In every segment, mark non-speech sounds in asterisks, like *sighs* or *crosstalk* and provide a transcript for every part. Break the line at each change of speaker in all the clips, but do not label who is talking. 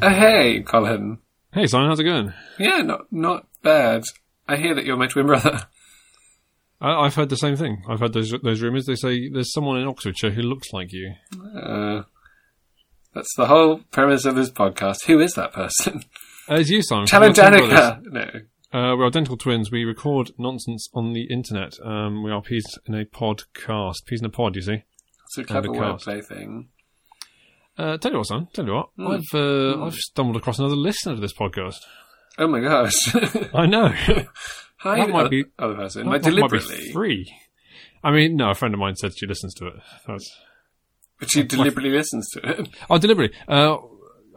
Oh, hey, Colin.
Hey, Simon, how's it going?
Yeah, not not bad. I hear that you're my twin brother. *laughs*
I, I've heard the same thing. I've heard those those rumours. They say there's someone in Oxfordshire who looks like you.
Uh, that's the whole premise of this podcast. Who is that person? *laughs*
Uh, it's you, Simon.
Challenge
We're twin brothers.
Danica. No.
Uh, we're identical twins. We record nonsense on the internet. Um, we are peas in a podcast. Peas in a pod, you see.
It's a clever
Undercast.
wordplay thing.
Uh, tell you what, Simon. Tell you what.
Hmm.
I've uh, I've stumbled across another listener to this podcast.
Oh my gosh. *laughs*
I know.
Hi,
That
the
might
other,
be-
other person.
That
My
*laughs* Might be
deliberately.
free. I mean, no. A friend of mine said she listens to it. That's
But she deliberately listens to it.
oh, deliberately. Uh,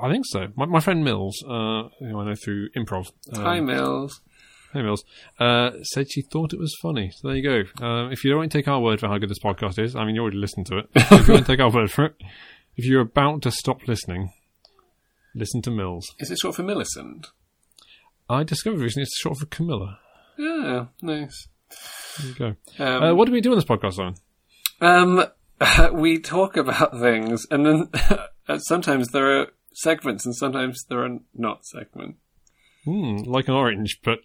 I think so. My, my friend Mills, uh, who I know through improv. Um,
Hi, Mills.
Hey Mills, uh, said she thought it was funny. So there you go. Um, if you don't want to take our word for how good this podcast is, I mean, you already
*laughs*
listened to it. if you don't take our word for it, if you're about to stop listening, listen to Mills.
Is it short for Millicent?
I discovered recently it's short for Camilla.
Yeah, nice.
There you go.
Um,
Uh, what do we do on this podcast, Simon? Uh,
Um, *laughs* we talk about things, and then *laughs* uh, sometimes there are segments, and sometimes there are not segments.
Hmm, like an orange, but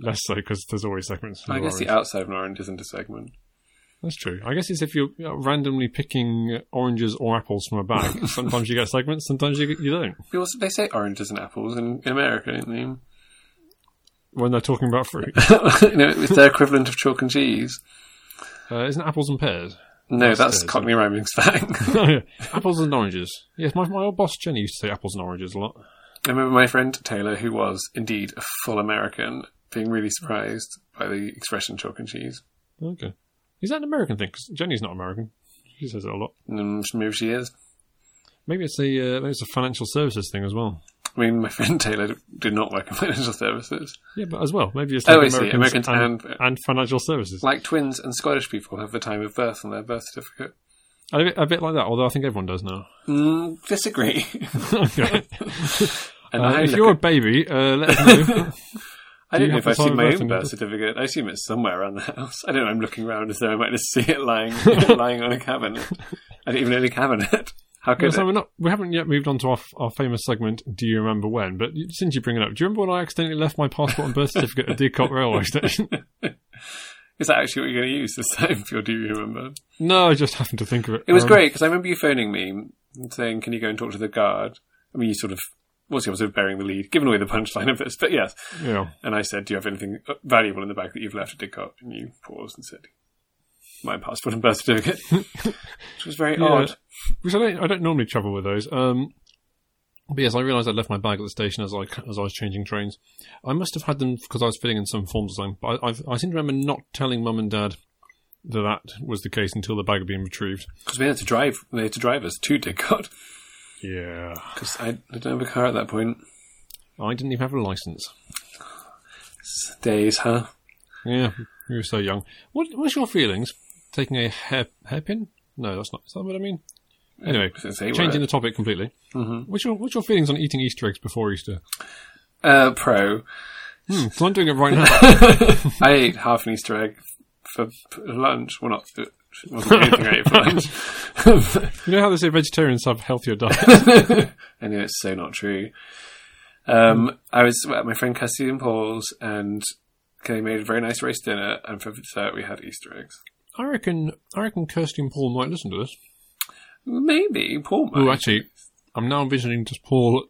less so because there's always segments. in
I
an
guess the
orange.
outside of an orange isn't a segment.
That's true. I guess it's if you're uh, randomly picking oranges or apples from a
*laughs*
bag. sometimes you get segments, sometimes you, you don't.
They also they say oranges and apples in, in America, don't they? *laughs*
When they're talking about fruit,
you know, it's their equivalent of chalk and cheese.
uh, isn't it apples and pears?
No, that's
it.
Cockney rhyming slang. *laughs*
*laughs* apples and oranges. Yes, my, my old boss Jenny used to say apples and oranges a lot.
I remember my friend Taylor, who was indeed a full American, being really surprised by the expression chalk and cheese.
Okay. Is that an American thing? 'Cause Jenny's not American. She says it a lot.
And Mm, maybe she is.
Maybe it's a uh, maybe it's a financial services thing as well.
I mean, my *laughs* friend Taylor did not work in financial services.
Yeah, but as well, maybe it's
Oh,
like
I see. Americans
Americans, and,
and-
and, financial services.
like twins and Scottish people have the time of birth on their birth certificate.
a, bit, a bit like that. Although I think everyone does now. *laughs*
Mm, disagree. *laughs*
okay.
and
Uh,
I,
if
look
you're a
at-
baby, uh, let
*laughs*
us know.
I
do
don't
you
know
have
if
the
I've
time
seen
of
my
birth
own
in
birth
your-
certificate. I assume it's somewhere around the house. *laughs* I don't know. I'm looking around as though I might just see it
*laughs*
lying *laughs* lying on a cabinet. I don't even own a cabinet. *laughs* How could
so
it?
we're not, we haven't yet moved on to our, f- our famous segment. Do you remember when? But you- since you bring it up, do you remember when I accidentally left my passport and birth certificate at Deercock Railway Station? *laughs*
Is that actually what you're going to use *laughs* this time? Or do you remember?
no, I just happened to think of it.
It was
Um,
great because I remember you phoning me and saying, "Can you go and talk to the guard?" I mean, you sort of. Was sort of bearing the lead, giving away the punchline of this, but yes.
Yeah.
And I said, Do you have anything uh, valuable in the bag that you've left at Didcot? And you paused and said, My passport and birth certificate. *laughs* Which was very
Yeah.
odd.
Which I don't, I don't normally travel with those. Um, but yes, I realised I'd left my bag at the station as I as I was changing trains. I must have had them because I was filling in some forms or something. But I, I've, I seem to remember not telling mum and dad that that was the case until the bag had been retrieved.
Because we had to drive, they had to drive us to Didcot.
Yeah,
Because I didn't have a car at that point.
I didn't even have a license.
It's Days, huh?
Yeah, we were so young. What What's your feelings taking a hair hairpin? No, that's not. Is that what I mean? Anyway,
It's a
changing the
word.
topic completely. Mm-hmm. What's your What's your feelings on eating Easter eggs before Easter?
Uh, pro.
Hmm, 'cause I'm doing it right now. *laughs*
I ate half an Easter egg for for lunch. Well, not. It wasn't anything I ate for lunch.
You know how they say vegetarians have healthier diets?
*laughs* I know it's so not true. Um, I was at my friend Cassie and Paul's, and they made a very nice roast dinner. And for dessert, we had Easter eggs.
I reckon I reckon Kirsty and Paul might listen to this.
Maybe Paul might.
Oh, actually, I'm now envisioning just Paul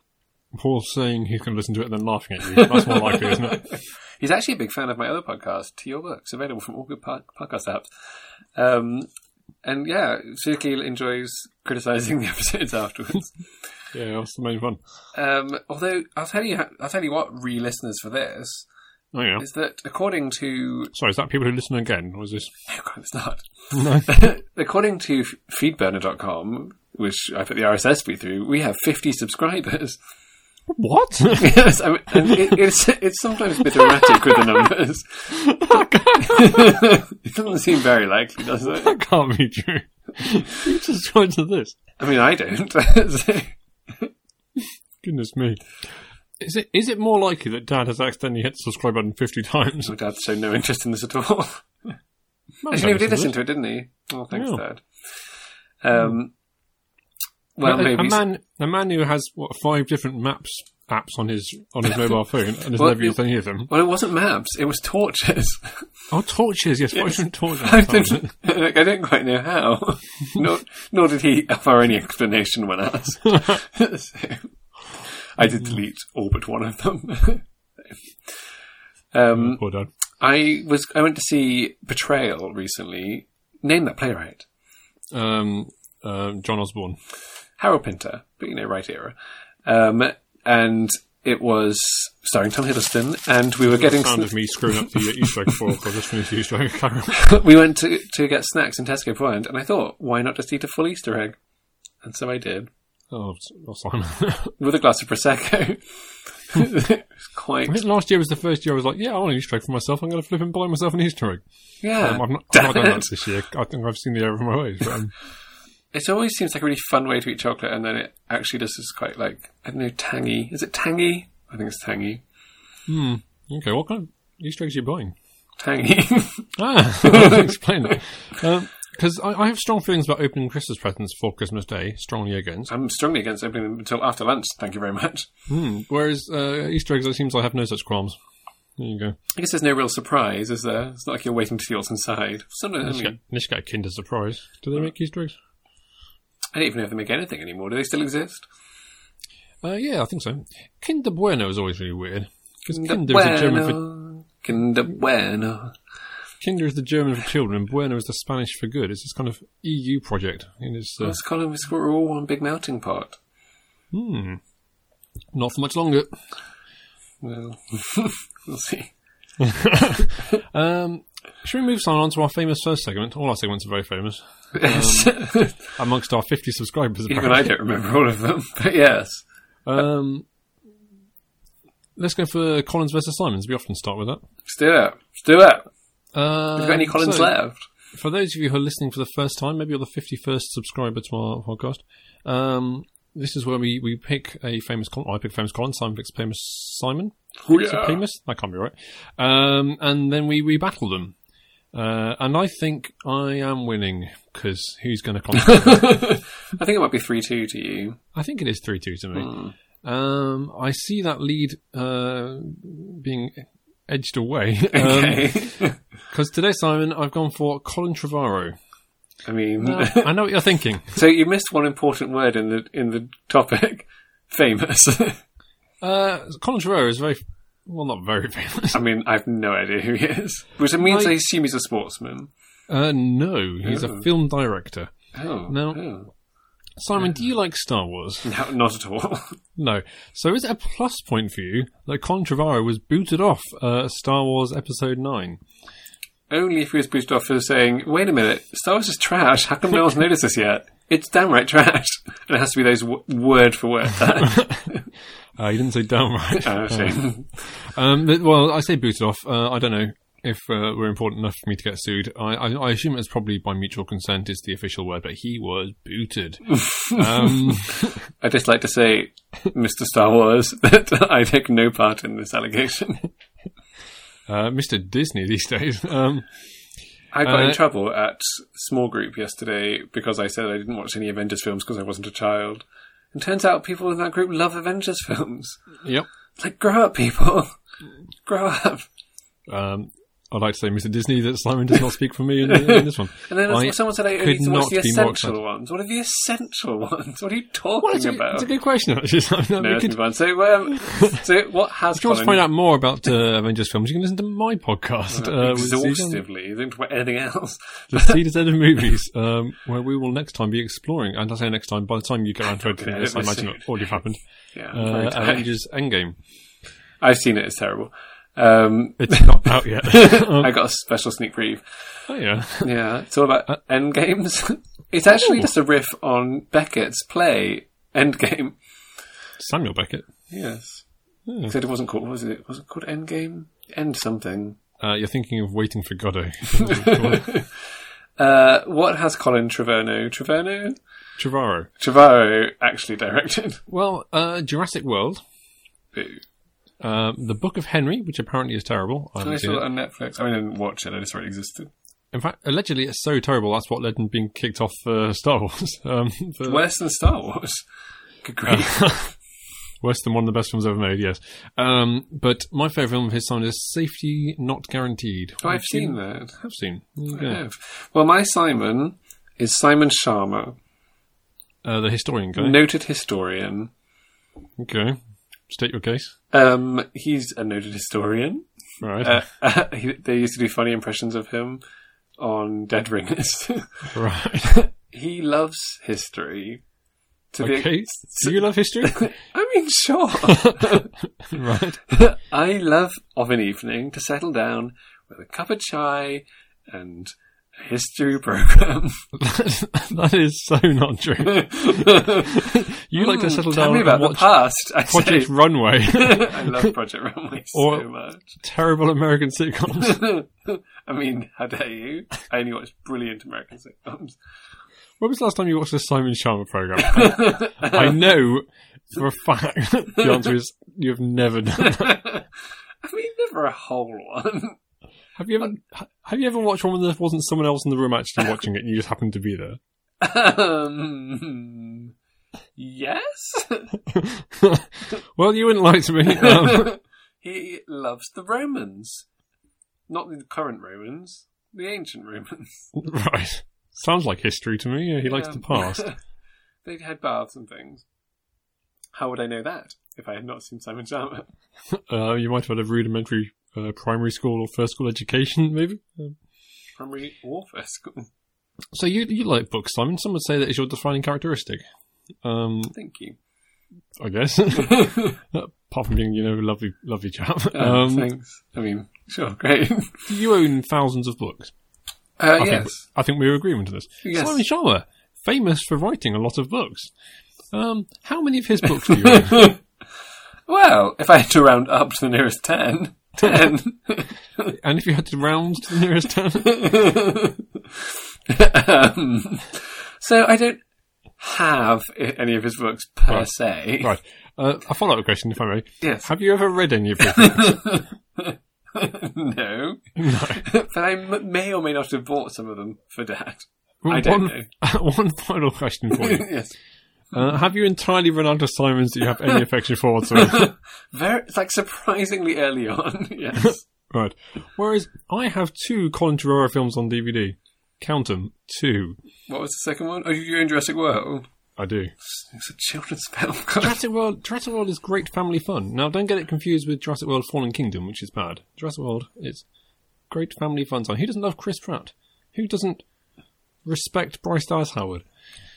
Paul saying he's going to listen to it and then laughing at you. That's more likely, isn't it?
He's actually a big fan of my other podcast, To Your Works, available from all good po- podcast apps. Um, and yeah, Sukil enjoys criticizing the *laughs* episodes afterwards.
*laughs* Yeah, that's the main fun.
um, although I'll tell you, I'll tell you what, re-listeners for this
Oh yeah.
is that according to *laughs*
Sorry, is that people who listen again? Or is this?
no, God, it's not. according to f- feedburner.com, which I put the RSS feed through, we have 50 subscribers.
*laughs*
*laughs*
*laughs* What?
yes, I mean, and it, it's it's sometimes a bit erratic with the numbers. *laughs* it doesn't seem very likely, does it?
that can't be true. you just joined to this.
I mean, I don't. *laughs* So-
Goodness me. Is it is it more likely that Dad has accidentally hit the subscribe button fifty times? *laughs*
My dad showed no interest in this at all. *laughs*
Mum
Actually, no,
Oh,
he
don't
did listen
to
to it, didn't he? Oh, thanks,
No.
Dad. Um, Well,
a, a
maybe.
man, a man who has what five different maps apps on his
*laughs*
on his mobile phone and has
Well,
never used any of them.
Well, it wasn't maps. It was torches. *laughs*
Oh, torches! Yes, why shouldn't torches?
I didn't. *laughs* Like, I didn't quite know how. nor, nor did he offer any explanation when asked. *laughs* so, I did delete all but one of them. *laughs* um,
Poor dad.
I was. I went to see Betrayal recently. Name that playwright.
Um, um, John Osborne.
Harold Pinter, but you know, right era. Um, and it was starring Tom Hiddleston, and we were getting
Sound of me
*laughs*
screwing up the Easter egg for because I just finished the Easter egg *laughs* carol.
we went to to get snacks in Tesco beforehand, and I thought, why not just eat a full Easter egg? And so I did
Oh, s- oh, Simon. *laughs*
with a glass of prosecco. *laughs* It was
I
Quite,
think last year was the first year I was like, yeah, I want an Easter egg for myself. I'm going to flip and buy myself an Easter egg.
yeah.
Um, I've not, I've
damn
not done that
it.
this year. I think I've seen the error of my ways. But,
*laughs*
um,
It always seems like a really fun way to eat chocolate, and then it actually just is quite like I don't know, tangy. Is it tangy? I think it's tangy.
okay, what kind of Easter eggs are you buying?
Tangy. *laughs*
Ah, *laughs* I'll explain that. Because I, I have strong feelings about opening Christmas presents for Christmas Day, strongly against.
I'm strongly against opening them until after lunch. Thank you very much.
Whereas uh, Easter eggs, it seems I have no such qualms. There you go.
I guess there's no real surprise, is there? It's not like you're waiting to see what's inside. Sometimes, I
Just
mean,
got, just got a Kinder Surprise. Do they make Easter eggs?
I don't even know if they make anything anymore. Do they still exist?
Uh, yeah, I think so. Kinder Bueno is always really weird. Because
Kinder
Kinder, is the German for,
bueno. Kinder bueno.
Kinder is the German for children, and Bueno is the Spanish for good. It's this kind of EU project. It is uh,
Let's call them, we're all one big melting pot.
not for much longer.
Well, *laughs* we'll see.
Um, should we move Simon, on to our famous first segment? All our segments are very famous
Yes.
Um, amongst our 50 subscribers.
*laughs* Even I don't remember all of them, but yes.
Um, let's go for Collins versus Simons. We often start with that.
Let's do it. Let's do it.
Um,
Have you got any Collins
so,
left? *laughs*
For those of you who are listening for the first time, maybe you're the 51st subscriber to our podcast. Um, this is where we, we pick a famous Colin. I pick famous Colin. Simon picks famous Simon.
Oh,
Is it famous? That can't be right. Um, and then we, we battle them. Uh, and I think I am winning because who's going
*laughs*
to contact
I think it might be 3 2 to you.
I think it is 3 2 to me. Um, I see that lead uh, being edged away.
Okay.
Because today, Simon, I've gone for Colin Trevorrow.
I mean,
I know what you're thinking.
*laughs* so you missed one important word in the in the topic *laughs* famous.
Uh, Colin Trevorrow is very, well, not very *laughs* famous.
I mean, I have no idea who he is. Which means
I-
I assume he's a sportsman.
Uh, no, he's a film director.
Oh.
No.
oh.
Simon, do you like Star Wars?
No, not at all. *laughs*
No. So is it a plus point for you that Colin Trevorrow was booted off uh, Star Wars Episode 9?
Only if he was boosted off for saying, wait a minute, Star Wars is trash. How come no
*laughs*
one's noticed this yet? It's downright trash. And it has to be those w- word for
*laughs*
word.
Uh, he didn't say downright.
Oh, shame.
Um, th- well, I say booted off. Uh, I don't know if uh, we're important enough for me to get sued. I, I, I assume it's probably by mutual consent is the official word, but he was booted. um,
I just like to say, Mr. Star Wars, *laughs* that I take no part in this allegation.
uh, Mr. Disney these days. Um,
I got
Uh,
in trouble at small group yesterday because I said I didn't watch any Avengers films because I wasn't a child. And turns out people in that group love Avengers films.
yep.
Like, grow up, people.
Hmm.
grow up.
Um, I'd like to say, Mr. Disney, that Simon does not speak for me in, in this one.
*laughs* And then
I-
someone said I
could
only need to watch the
not be more
essential
excited.
ones. What are the essential *laughs* ones? What are you talking
Well, it's a,
about?
it's a good question, actually. *laughs* Simon.
no,
We
it's
could-
been fun. So,
*laughs*
um, so what has
if you want to
Colin
find out more about uh, Avengers films, you can listen to my podcast. Uh, with Susan- *laughs*
exhaustively? Don't talk about anything else. *laughs*
the C to Z of movies, um, where we will next time be exploring, and I say next time, by the time you get around to editing
Okay,
this, I
let's
imagine
see.
it
*laughs*
already happened.
Yeah, I'm
Uh,
very tired.
Avengers Endgame.
I've seen it. It's terrible. Um,
*coughs*
*laughs*
It's not out yet. *laughs* Um,
I got a special sneak preview.
oh, yeah.
Yeah, it's all about
Uh,
end games. *laughs*
oh.
it's actually just a riff on Beckett's play Endgame.
Samuel Beckett.
Yes,
Hmm.
said it wasn't called. What was it? Was it called Endgame? End something.
Uh, you're thinking of Waiting for Godot. *laughs*
Uh, what has Colin Trevorrow? Trevorrow?
Trevorrow.
Trevorrow actually directed. *laughs*
Well, uh, Jurassic World.
Boo.
Um, the Book of Henry, which apparently is terrible. I
I
haven't seen
saw
it.
that on Netflix. I mean, I didn't watch it. I just saw it existed.
In fact, allegedly, it's so terrible that's what led him being kicked off uh, Star Wars. *laughs* Um, for-
Worse than Star Wars. *laughs* Good
*laughs*
grief.
Worse than one of the best films ever made, yes. Um, but my favourite film of his time is Safety Not Guaranteed.
Oh, I've seen that.
Have seen. There you
I
go.
have. Well, my Simon is Simon Sharma,
Uh, the historian guy.
noted historian.
Okay. State your case.
Um, he's a noted historian.
*laughs* Right.
Uh, *laughs* he, they used to do funny impressions of him on Dead Ringers.
right.
*laughs* he loves history. To the
Okay.
ex-
Do you love history?
*laughs* I mean, sure.
right. *laughs*
*laughs* I love of an evening to settle down with a cup of chai and a history
*laughs*
program.
that is so not true.
*laughs*
You like to settle
Hmm, Tell
down
me about
and
the
watch
past. I say, *laughs*
Project Runway. *laughs*
I love Project Runway
Or-
so much.
Terrible American sitcoms.
*laughs* I mean, how dare you? I only watch brilliant American sitcoms.
when was the last time you watched the Simon Sharma program?
*laughs*
I know for a fact *laughs* the answer is you have never done that.
I mean, never a whole one.
Have you ever ha- have you ever watched one when there wasn't someone else in the room actually watching it and you just happened to be there?
*laughs*
*laughs*
Um, yes?
well, you wouldn't lie
*laughs*
to me. *laughs* Um,
he loves the Romans. Not the current Romans, the ancient Romans.
right. Sounds like history to me. Yeah, he likes the
Um, *laughs*
past.
they had baths and things. How would I know that if I had not seen Simon Sharma?
Uh, you might have had a rudimentary uh, primary school or first school education, maybe. Um,
Primary or first school.
so you you like books, Simon? Some would say that is your defining characteristic. Um,
Thank
*laughs*
you. Um,
I guess. *laughs* Apart from being, you know, a lovely, lovely chap.
Oh,
Um,
thanks. I mean, sure, great. *laughs*
you own thousands of books.
Uh,
I think,
yes.
I think we were agreeing to this.
Yes.
Simon Sharma, famous for writing a lot of books. Um, how many of his books do you own?
*laughs* Well, if I had to round up to the nearest ten, *laughs* ten.
and if you had to round to the nearest
*laughs*
town,
um, so I don't have i- any of his books per
Right.
se.
right? Uh, a follow-up question, if I may.
*laughs* Yes. *laughs*
Have you ever read any of his books?
no.
no.
*laughs* but I m- may or may not have bought some of them for Dad. I don't
one, *laughs* one final question for you.
*laughs* yes.
Uh, have you entirely run out of Simons that you have any affection for
*laughs*
whatsoever?
Very, it's like surprisingly early on. *laughs* Yes.
*laughs* right. Whereas I have two Colin Trevorrow films on DVD. Count them. Two.
what was the second one? Oh, you were in Jurassic World.
I do.
It's a children's film. *laughs*
*laughs*
God.
Jurassic World, Jurassic World is great family fun. Now, don't get it confused with Jurassic World Fallen Kingdom, which is bad. Jurassic World is great family fun time. Who doesn't love Chris Pratt? Who doesn't respect Bryce Dallas Howard?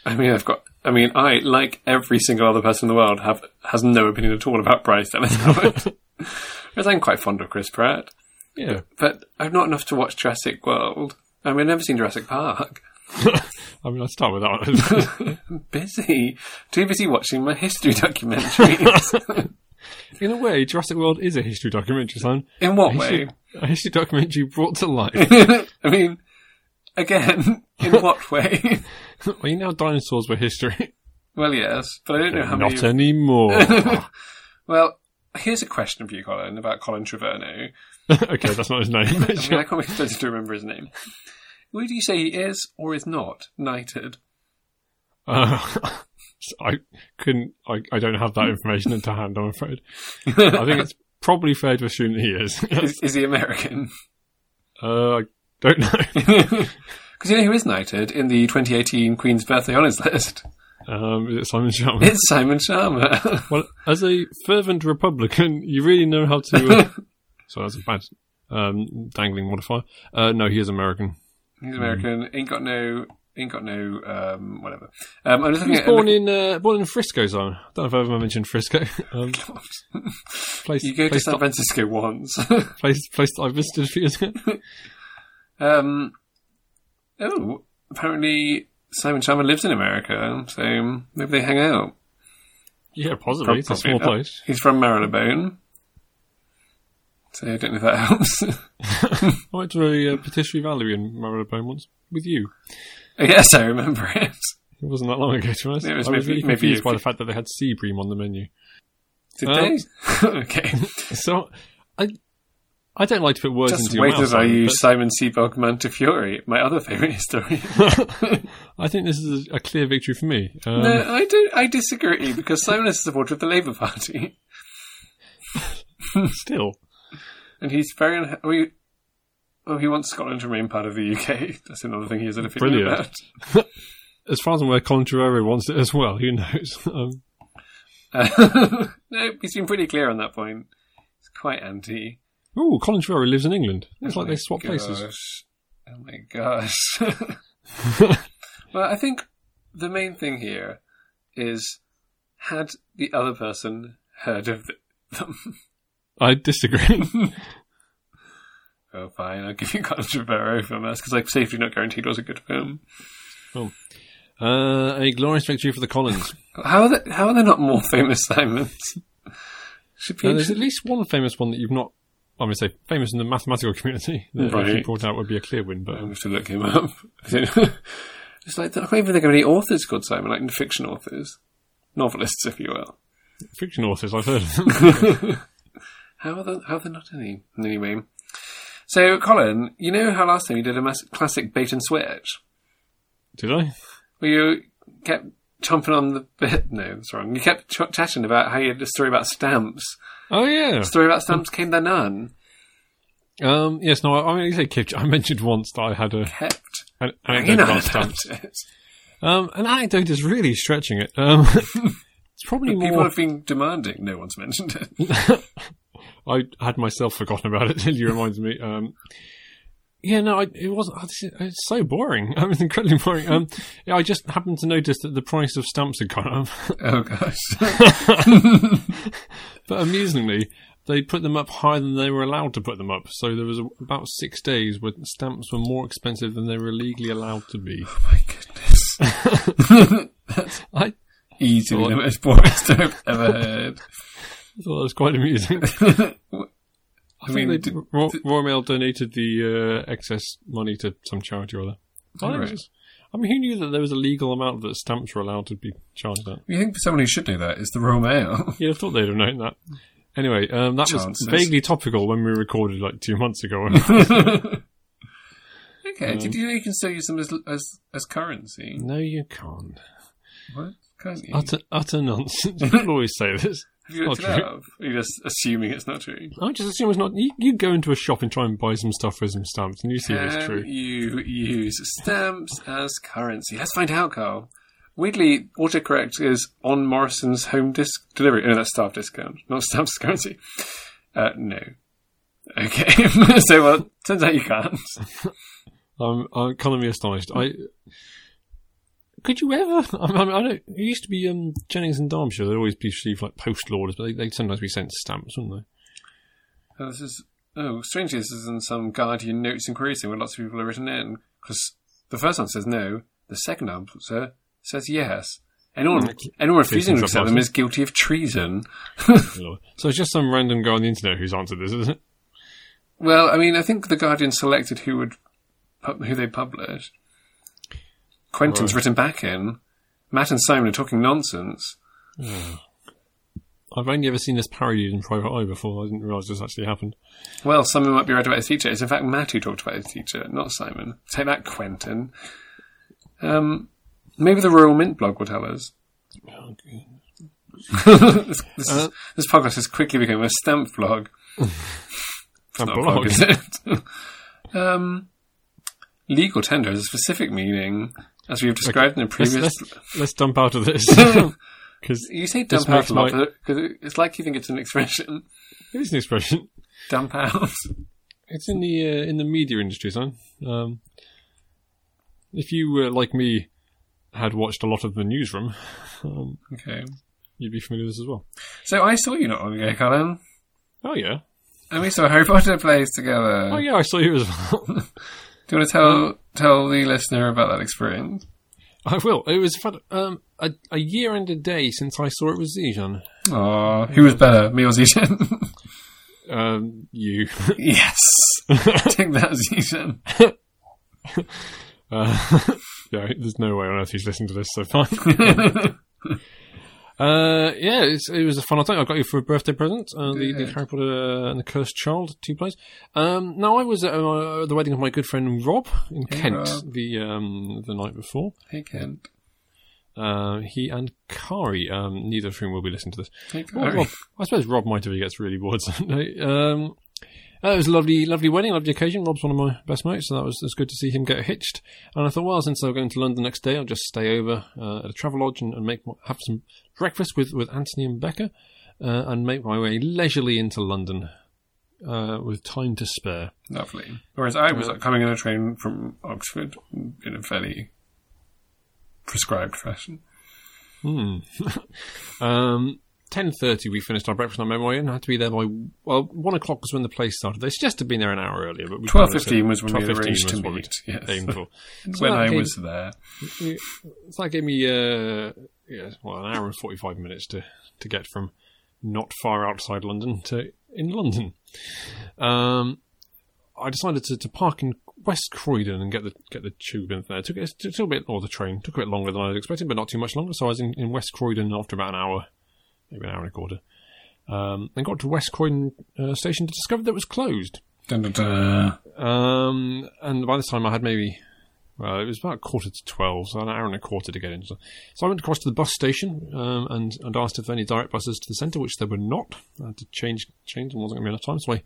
I mean, I've got. I mean, I like every single other person in the world have has no opinion at all about Bryce Dallas
*laughs*
Howard. Whereas I'm quite fond of Chris Pratt,
Yeah. *laughs*
but I'm not enough to watch Jurassic World. I mean, I've never seen Jurassic Park.
I mean, I'll start with that one. *laughs*
Busy, too busy watching my history *laughs* documentaries.
In a way, Jurassic World is a history documentary, son.
in what
A
way?
history- a history documentary brought to life.
*laughs* I mean, again, in what way? *laughs*
Well, you know, dinosaurs were history.
well, yes, but I don't know how
Uh, Not
many. *laughs*
anymore.
well, here's a question for you, Colin, about Colin Trevornow.
okay, that's not
*laughs*
his name.
I mean, I can't be expected to remember his name. Would you say he is or is not knighted?
Uh, *laughs* I couldn't. I, I don't have that information to hand. I'm afraid. I think it's probably fair to assume that he is.
Is, is he American?
*laughs*
*laughs*
uh, I don't know. *laughs*
Because you know who is knighted in the 2018 Queen's Birthday Honours *laughs* list?
Um, is it
*laughs*
Simon Sharma?
It's Simon Sharma. *laughs*
Well, as a fervent Republican, you really know how to.
*laughs*
Uh, so that's a bad um, dangling modifier. Uh, no, he is American.
He's
Hmm.
American. Ain't got no. Ain't got no. Um, whatever. Um, I'm just
He
looking
was
at.
born in uh, born in Frisco, Simon. I don't know if I've ever mentioned Frisco. *laughs* Um, place,
you go to
place,
San Francisco once. *laughs*
place, place that I visited a few years *laughs* ago.
Um, oh, apparently Simon Sharma lives in America, so maybe they hang out.
Yeah, possibly.
Prob-
it's a
probably
small
not.
place.
He's from Marylebone, so I don't know if that *laughs* helps. Oh,
I went to a uh, patisserie valley in Marylebone once with you.
yes, I remember it.
It wasn't that long ago, to be honest.
It was
I was
maybe-
really
maybe
confused
you
by
could-
the fact that they had sea bream on the menu.
*laughs* Did
*laughs* Um,
they? okay.
So, I I don't like to put words
Just
into
wait
your mouth.
as I
Simon,
use Simon Sebog Mantifiori, my other favourite *laughs* historian.
but *laughs* I think this is a, a clear victory for me. Um, *laughs*
no, I do. I disagree because Simon is a supporter of the Labour Party,
Still,
and he's very. Unha- well, he- well, he wants Scotland to remain part of the UK. *laughs* That's another thing he has an opinion
Brilliant.
about.
as far as I'm aware, Colin Trevorrow wants it as well. Who knows? *laughs* Um,
Uh, *laughs* no, he's been pretty clear on that point. He's quite anti.
ooh, Colin Trevorrow lives in England. It's
Oh
like
my
they swap places.
gosh. Oh my gosh.
*laughs*
well, I think the main thing here is had the other person heard of them?
I disagree. *laughs*
oh, fine, I'll give you *laughs* Colin Trevorrow from us because like Safety Not Guaranteed was a good film.
uh, a glorious victory for the Collins.
How are they, how are there not more *laughs* famous Simons? Should be
Now, there's at least one famous one that you've not. I'm going to say famous in the mathematical *laughs* community. That if you
Right.
brought out would be a clear win, but
I have to look him up. *laughs* it's like I can't even think of any authors called Simon, like fiction authors, novelists, if you will.
fiction authors I've heard of them. *laughs*
How are there, how are there not any? Anyway, so Colin, you know how last time you did a mass- classic bait and switch,
Did I?
where you kept chomping on the bit. *laughs* No, that's wrong. You kept ch- chatting about how you had a story about stamps.
Oh yeah.
Story about stamps came there none.
Um, yes. No. I, I mean, I say Kipch. I mentioned once that I had a
Kept.
an
You
anecdote
know
about
*laughs* about
stamps.
it.
Um, an anecdote is really stretching it. Um, *laughs* it's probably
People
more.
have been demanding. No one's mentioned it. *laughs*
I had myself forgotten about it. *laughs* till you reminded me. Um, yeah, no, I, it wasn't. oh, this is- It's so boring. *laughs* I mean, it's incredibly boring. Um, yeah, I just happened to notice that the price of stamps had gone up. *laughs*
Oh gosh. *laughs*
But amusingly, they put them up higher than they were allowed to put them up. So there was a, about six days where stamps were more expensive than they were legally allowed to be. *laughs*
My goodness. *laughs*
I
easily the most boring story I've ever heard.
thought that was quite amusing.
*laughs* I
I
mean,
mean, they,
d-
Ro- Royal Mail donated the uh, excess money to some charity or other. I, think it
Oh, Right.
was- I mean, who knew that there was a legal amount that stamps were allowed to be charged at?
you think someone who should do that is the Royal Mail.
You'd have thought they'd have known that. Anyway, um, that
Chances.
was vaguely topical when we recorded like two months
*laughs*
ago. *laughs*
Okay, did you know you can still use them as as, as currency?
no, you can't.
What? Can't you?
Utter,
*laughs*
utter nonsense. People always say this.
Have you looked it
not true.
up? Are you just assuming it's not true?
I just assume it's not. You, you go into a shop and try and buy some stuff for some stamps, and you see it's
Can
true.
you use stamps as currency? Let's find out, Carl. Weirdly, autocorrect is on Morrison's home disc delivery. Oh, No, that's staff discount, not *laughs* stamps as currency. Uh, no. Okay, *laughs* so well, turns out you can't.
I'm, I'm kind of astonished. I could you ever? *laughs* I, mean, I mean, I don't. It used to be um, Jennings in Derbyshire. They'd always be received like postal orders, but they, they'd sometimes be sent stamps, wouldn't
Oh, this is oh, strangely, this is in some Guardian notes and queries thing where lots of people are written in because the first one says no, the second answer says yes. Anyone,
Mm.
anyone refusing to
Please
accept
interrupt
them
us.
is guilty of treason.
they? So it's just some random guy on the internet who's answered this, isn't it?
Well, I mean, I think the Guardian selected who would pu- who they published. Quentin's
Right.
written back in. Matt and Simon are talking nonsense.
I've only ever seen this parodied in Private Eye before. I didn't realise this actually happened.
Well, Simon might be right about his teacher. It's in fact Matt who talked about his teacher, not Simon. Take that, Quentin. Um, maybe the Royal Mint blog will tell us. *laughs* this, this, is,
Uh,
this podcast has quickly become a stamp
*laughs*
vlog.
A
Not a vlog,
blog.
is it? *laughs* um, legal tender has a specific meaning, as we've described in a
Let's,
previous.
let's, let's *coughs* dump out of this *laughs*
*coughs*
because
you say
this
dump out
makes
a lot
my-
because it's like you think it's an expression. *laughs*
it is an expression.
Dump out.
It's in the uh, in the media industry, son. Um, if you uh, like me had watched a lot of the newsroom, um,
*laughs* okay.
you'd be familiar with this as well.
So I saw you not long ago, Colin.
Oh yeah,
And we saw Harry Potter plays together.
*laughs* oh yeah, I saw you as well. *laughs*
Do you want to tell tell the listener about that experience?
I will. It was fun, um, a a year and a day since I saw it with Zijan.
Oh, who was better, me or Zetan?
Um, you.
*laughs* yes,
*laughs*
take that, Zetan. *laughs*
Uh, yeah, there's no way on earth he's listened to this so far. Uh, yeah, it's, it was a fun. I think I got you for a birthday present. Uh, the, the
Good.
Harry Potter uh, and the Cursed Child two plays. Um, no, I was at uh, the wedding of my good friend Rob in Kent
Rob.
the um the night before.
Hey, Kent.
Uh, he and Kari, um, neither of whom will be listening to this.
Hey,
Well,
Kari.
Rob, I suppose Rob might if he gets really bored *laughs* someday. Um, uh, it was a lovely, lovely wedding, lovely occasion. Rob's one of my best mates, so that was, it was good to see him get hitched. And I thought, well, since I'm going to London next day, I'll just stay over uh, at a travel lodge and, and make have some breakfast with, with Anthony and Becca, uh, and make my way leisurely into London uh, with time to spare.
Lovely. Whereas I was like, coming on a train from Oxford in a fairly prescribed fashion.
Um, ten thirty, we finished our breakfast. and I made my way in. I had to be there by well one o'clock was when the place started. They suggested being there an hour earlier, but we
Twelve fifteen was when we had
12:15
arranged to
was what we
meet. Yes.
*laughs*
*laughs*
aimed for. So
when
that
I
gave-
was there,
so that gave me uh, yeah, well an hour and forty five minutes to to get from not far outside London to in London. Um, I decided to, to park in West Croydon and get the get the tube in there. Took it, it took a bit or the train took a bit longer than I was expecting, but not too much longer. So I was in, in West Croydon after about an hour, maybe an hour and a quarter. Um, and got to West Croydon uh, station to discover that it was closed.
dun, dun, dun.
Um, and by this time I had maybe, well, it was about quarter to twelve, so an hour and a quarter to get in. So, so I went across to the bus station um, and and asked if there were any direct buses to the centre, which there were not. I had to change change and wasn't going to be enough time, so I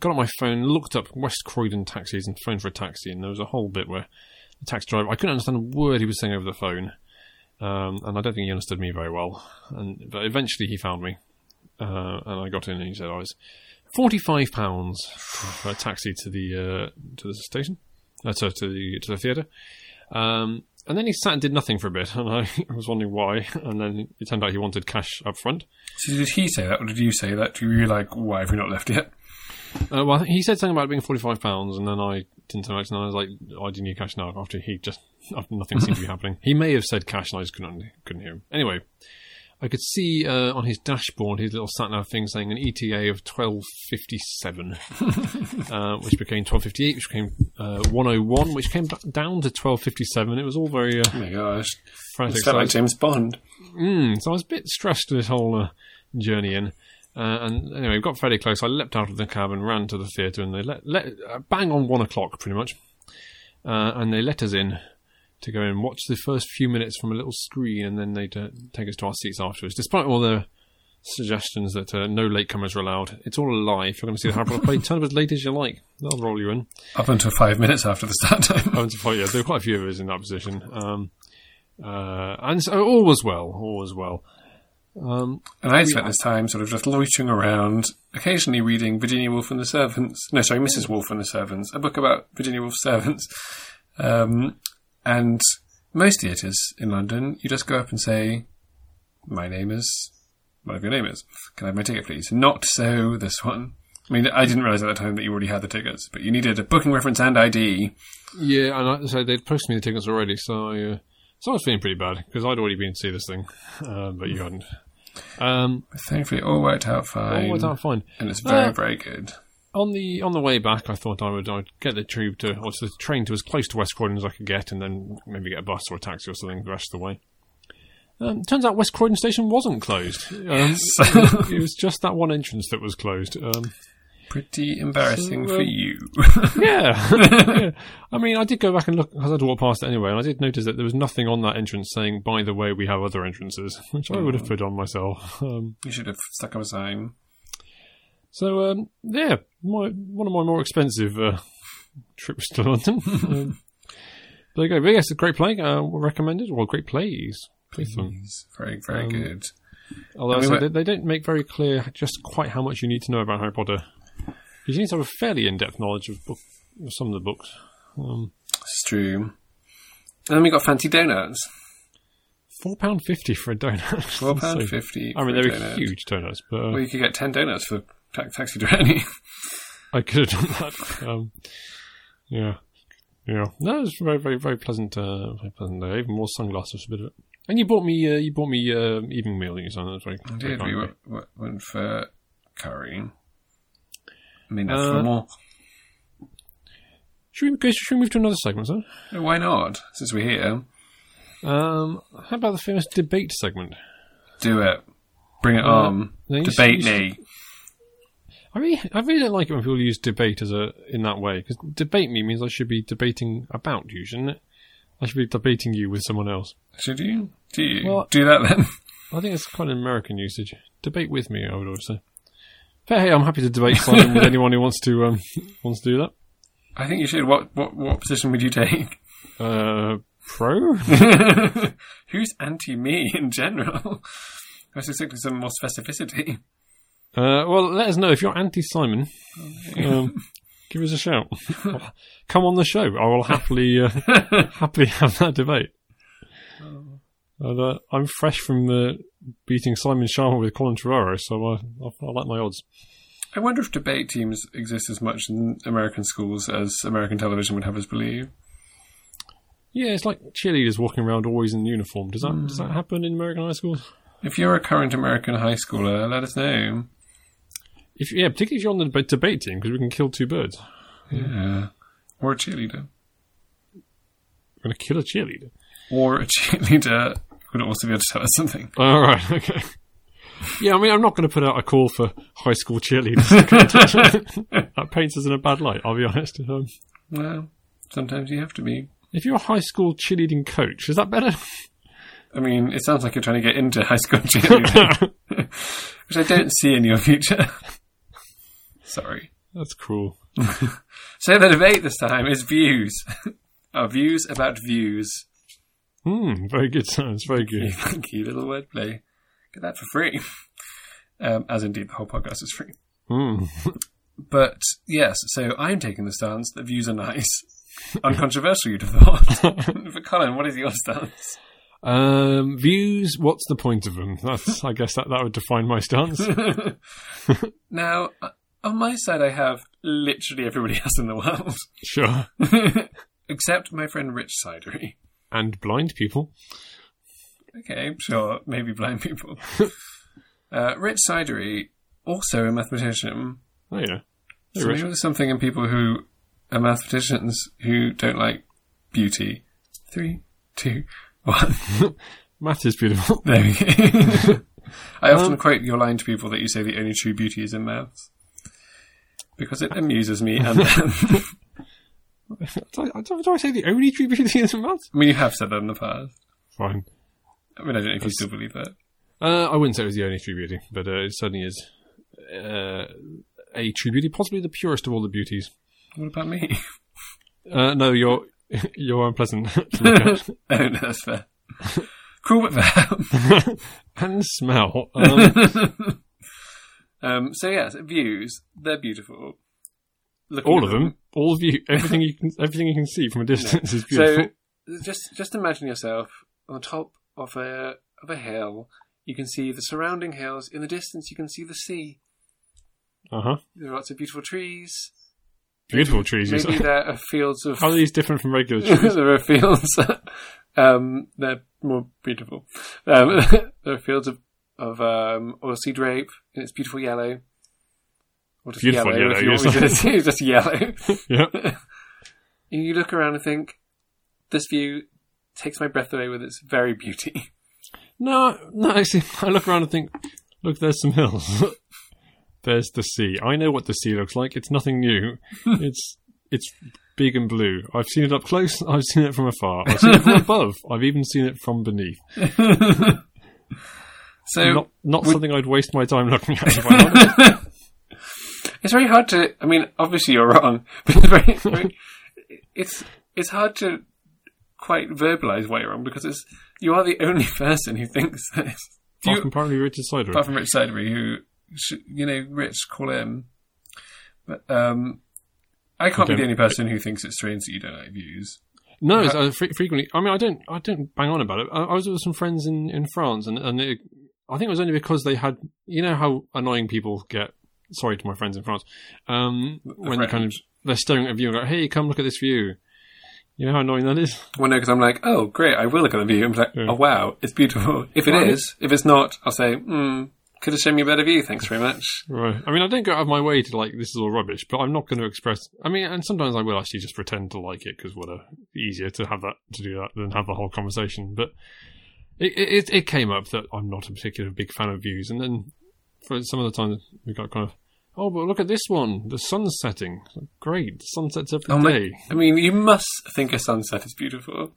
got on my phone, looked up West Croydon taxis, and phoned for a taxi. And there was a whole bit where the taxi driver I couldn't understand a word he was saying over the phone, um, and I don't think he understood me very well. And but eventually he found me, uh, and I got in, and he said I was. Forty-five pounds for a taxi to the uh, to the station, uh, to, to the to the theatre, um, and then he sat and did nothing for a bit, *laughs* and I was wondering why. *laughs* And then it turned out he wanted cash up front.
So did he say that, or did you say that? Do you like why have we not left yet?
Uh, well, I think he said something about it being forty-five pounds, and then I didn't so much. And I was like, "I do need cash now." After he just after nothing seemed to be *laughs* happening. He may have said cash, and I just couldn't couldn't hear him. Anyway, I could see uh, on his dashboard his little sat nav thing saying an ETA of twelve fifty-seven, *laughs* uh, which became twelve fifty-eight, which became uh, one oh one, which came back down to twelve fifty-seven. It was all very uh,
Oh my gosh,
frantic.
it's kind of
So I-
like James Bond.
Mm, so I was a bit stressed with this whole uh, journey in. Uh, and anyway, we got fairly close. I leapt out of the cab and ran to the theatre, and they let, let uh, bang on one o'clock, pretty much. Uh, and they let us in to go and watch the first few minutes from a little screen, and then they uh, take us to our seats afterwards. Despite all the suggestions that uh, no latecomers are allowed, it's all a lie. If you're going to see the Harry Potter play, turn up as late as you like. They'll roll you in.
Up until five minutes after the start time.
I was quite- yeah, there were quite a few of us in that position. Um, uh, and so all was well. All was well.
And I spent this time sort of just loitering around, occasionally reading Virginia Woolf and the Servants. No, sorry, Mrs. Woolf and the Servants, a book about Virginia Woolf's servants. Um, and most theatres in London, you just go up and say, "My name is whatever your name is. Can I have my ticket, please?" Not so this one. I mean, I didn't realise at the time that you already had the tickets, but you needed a booking reference and ID.
Yeah, and I, so they'd posted me the tickets already, so I, uh, so I was feeling pretty bad because I'd already been to see this thing, uh, but you hadn't. Um,
Thankfully, it all worked out fine.
all worked out fine.
And it's very,
Uh,
very good.
On the on the way back, I thought I would I'd get the tube to or to the train to as close to West Croydon as I could get, and then maybe get a bus or a taxi or something the rest of the way. Um, turns out West Croydon station wasn't closed. Um, *laughs* it was just that one entrance that was closed. Um,
*laughs* Pretty embarrassing
So,
for
um,
you. *laughs*
yeah. Yeah. I mean, I did go back and look. 'cause I had to walk past it anyway, and I did notice that there was nothing on that entrance saying, "By the way, we have other entrances," *laughs* which I would
Oh.
have put on myself. Um,
you should have stuck up a sign.
so, um, yeah, my, one of my more expensive uh, *laughs* trips
*laughs*
to London. um, there you go. But yes, a great play. Uh, recommended. Well, great plays. Please.
He's very, very
Um,
good.
Although
I
I
mean,
say
we're-
they, they don't make very clear just quite how much you need to know about Harry Potter. 'Cause You need to have a fairly in-depth knowledge of book, of some of the books. Um,
It's true. And then we got fancy donuts.
Four pound fifty for a donut. *laughs*
Four pound
So-
fifty.
I mean,
for a
they were
donut.
huge donuts, but uh,
Well, you could get ten donuts for ta- taxi
*laughs*
journey. *laughs*
I could have done that. Um, yeah, yeah. No, it was very, very, very pleasant. Uh, very pleasant day. Even more sunglasses, a bit of it. And you bought me, uh, you bought me uh, evening meal. You son. That's very. very
Did
kind
we
of you.
went, went for curry? I mean, that's
Uh,
for more.
Should we, go- should we move to another segment, sir?
Why not? Since we're here,
Um, how about the famous debate segment?
Do it. Bring it on.
no, Uh, you
Debate
should-
me.
I really, I really don't like it when people use debate as a in that way because debate me means I should be debating about you, shouldn't it? I should be debating you with someone else.
Should you? Do you?
Well-
do that then. *laughs*
I think it's quite an American usage. Debate with me, I would always say. But hey, I'm happy to debate Simon with anyone who wants to um, wants to do that.
I think you should. What what what position would you take?
Uh, pro?
*laughs* Who's anti me in general? *laughs* I was expecting some more specificity.
Uh, well, let us know if you're anti Simon. Um, give us a shout. Come on the show. I will happily uh, happily have that debate. But, uh, I'm fresh from the beating Simon Sharma with Colin Trevorrow, so I, I, I like my odds.
I wonder if debate teams exist as much in American schools as American television would have us believe.
Yeah, it's like cheerleaders walking around always in uniform. Does that does that happen in American high schools?
If you're a current American high schooler, let us know.
If yeah, particularly if you're on the deb- debate team, because we can kill two birds.
Yeah. Or a cheerleader.
We're gonna kill a cheerleader.
Or a *laughs* cheerleader would also be able to tell us something.
All right, *laughs* okay. Yeah, I mean, I'm not going to put out a call for high school cheerleaders. that paints us in a bad light. I'll be honest. Um,
Well, sometimes you have to be.
if you're a high school cheerleading coach, is that better?
I mean, it sounds like you're trying to get into high school
*laughs*
cheerleading, which I don't see in your future. *laughs* Sorry.
That's cruel.
So the debate this time is views. *laughs* Our views about views.
Hmm, very good sounds. Very
*laughs*
good.
Thank you, little wordplay. Get that for free. *laughs* Um, as indeed the whole podcast is free.
Hmm.
But yes, so I'm taking the stance that views are nice. Uncontroversial, you'd have thought. *laughs* but Colin, what is your stance?
Um, views. What's the point of them? That's. I guess that that would define my stance.
Now, uh, on my side, I have literally everybody *laughs* else in the world,
Sure.
*laughs* except my friend Rich Sidery.
And blind people.
Okay, sure, maybe blind
*laughs*
people. uh, Rich Sidery, also a mathematician.
Oh yeah.
So
Hey, Rich.
maybe there's something in people who are mathematicians who don't like beauty. Three, two, one. *laughs*
Math is beautiful. *laughs*
There we go. I often
Um,
quote your line to people that you say the only true beauty is in maths. Because it amuses me,
*laughs*
and I
do, I, do I say the only true beauty is math?
mean you have said that in the past.
Fine.
I mean I don't know if you still believe that.
Uh, I wouldn't say it was the only true beauty, but uh, it certainly is uh, a true beauty, possibly the purest of all the beauties.
What about me?
*laughs* Uh, no, you're *laughs* you're unpleasant *laughs* to look at
*laughs* oh, no, that's fair. cool, but fair.
and smell. Um,
*laughs* um, so yes, views. They're beautiful. Look
all of them, all of you, everything you can, everything you can see from a distance is beautiful.
So just just imagine yourself on the top of a of a hill. You can see the surrounding hills. In the distance, you can see the sea.
uh huh.
There are lots of beautiful trees.
Beautiful trees. Oh, you
Maybe
*laughs* say.
there are fields of
How are these different from regular
*laughs*
trees?
there are fields. um, they're more beautiful. Um, *laughs* there are fields of of um, oilseed rape, and it's beautiful yellow. Or just
Beautiful
yellow.
yellow,
if you want me
yes.
to- it's *laughs* just yellow.
yeah.
and you look around and think, this view takes my breath away with its very beauty. *laughs*
No, no. *laughs* Actually, I look around and think, look, there's some hills. *laughs* there's the sea. I know what the sea looks like. It's nothing new.
*laughs*
it's it's big and blue. I've seen it up close. *laughs* I've seen it from afar. I've seen it
*laughs*
from above. I've even seen it from beneath.
So
not not something I'd waste my time looking at. If
*laughs*
I'm honest.
it's very hard to. I mean, obviously you're wrong, *laughs* but it's very, very- it's it's hard to quite verbalize why you're wrong because it's you are the only *laughs* person who thinks this. Do
Apart
you-
from probably Richard Sider.
apart from Rich Sidery, who sh- you know, Rich, call him. But um, I can't be the
don't-
only person who thinks it's strange that you don't like views.
No, it's, uh, fre- frequently. I mean, I don't, I don't bang on about it. I, I was with some friends in in France, and and it, I think it was only because they had, you know, how annoying people get. Sorry to my friends in France, um, when they kind of they're staring at a view and go, "Hey, come look at this view." You know how annoying that is.
Well, no, because I'm like, oh, great, I will look at the view. I'm like, oh, wow, it's beautiful. *laughs* If it is,
Right.
if it's not, I'll say, hmm, could have shown me a better view. Thanks very much.
Right. I mean, I don't go out of my way to like this is all rubbish, but I'm not going to express. I mean, and sometimes I will actually just pretend to like it because what a easier to have that to do that than have the whole conversation. But It, it it came up that I'm not a particular big fan of views, and then for some of the time we got kind of, oh, but look at this one, the sun's setting, great, the sun sets every day.
Oh my- I mean, you must think a sunset is beautiful.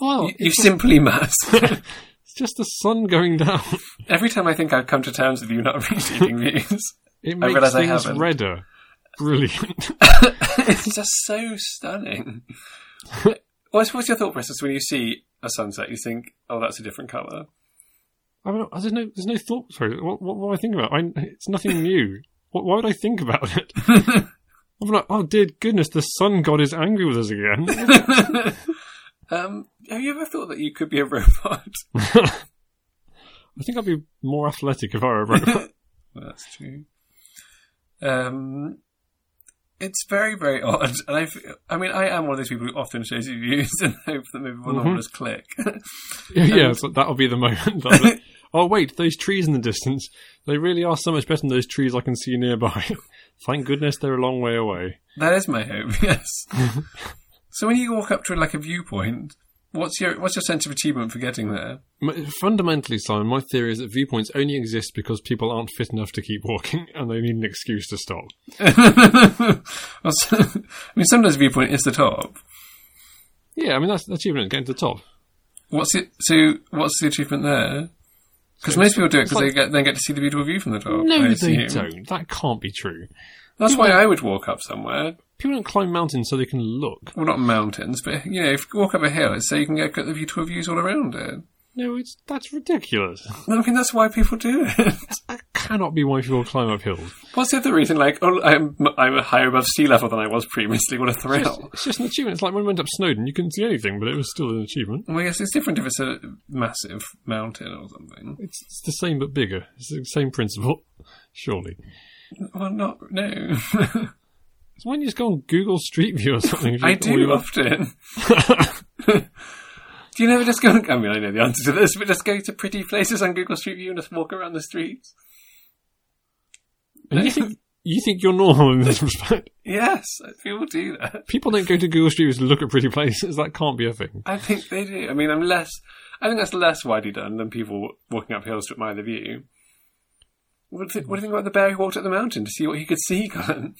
Well,
You, you
it's,
simply must. *laughs*
it's just the sun going down.
Every time I think I've come to terms with you not *laughs*
*laughs*
reading views,
It
I
makes
realise I
things
haven't.
redder. Brilliant.
*laughs* it's just so stunning. what's, what's your thought process when you see a sunset? You think, oh, that's a different colour.
I don't know. There's no, there's no thought through it. What, what, what do I think about? I, it's nothing new. *laughs* What, why would I think about it? *laughs* I'm like, oh dear goodness, the sun god is angry with us again. *laughs*
um, have you ever thought that you could be a *laughs* robot?
I think I'd be more athletic if I were a robot.
Well, that's true. Um, it's very, very odd, and I, f- I mean, I am one of those people who often shows you views *laughs* and hope that maybe one of them
Mhm.
just click. *laughs*
yeah, yeah so that'll be the moment. that'll be- *laughs* oh wait, those trees in the distance, they really are so much better than those trees I can see nearby. *laughs* Thank goodness they're a long way away.
that is my hope. *laughs* Yes. so when you walk up to like a viewpoint, what's your what's your sense of achievement for getting there?
My, fundamentally, Simon, my theory is that viewpoints only exist because people aren't fit enough to keep walking *laughs* and they need an excuse to stop.
*laughs* Well, so- I mean, sometimes viewpoint is the top.
Yeah, I mean, that's the achievement, getting to the top.
What's it? So what's the achievement there? Because most people do it because they get they get to see the beautiful view from the top. I
No, they
assume.
don't. That can't be true.
That's why I would walk up somewhere.
People don't climb mountains so they can look.
well, not mountains, but you know, if you walk up a hill, it's so you can get get the beautiful views all around it.
No, it's that's ridiculous.
No, I mean, that's why people do it. *laughs*
That cannot be why people climb up hills.
What's the other reason? Like, oh, I'm I'm higher above sea level than I was previously. What a
It's, *laughs*
thrill!
it's just an achievement. It's like when we went up Snowden, you couldn't see anything, but it was still an achievement.
Well, yes, it's different if it's a massive mountain or something.
It's, it's the same but bigger. It's the same principle, *laughs* surely.
Well, not no. *laughs*
So why don't you just go on Google Street View or something? if
*laughs*
you-
I
all you
do
want?
often. *laughs* Do you never just go? I mean, I know the answer to this, but just go to pretty places on Google Street View and just walk around the streets.
And you think you think you're normal in this *laughs* respect?
Yes, people do that.
People don't go to Google Street Views to look at pretty places. That can't be a thing.
I think they do. I mean, I'm less. I think that's less widely done than people walking up hills to admire the view. What do, you, what do you think about the bear who walked up the mountain to see what he could see, Colin?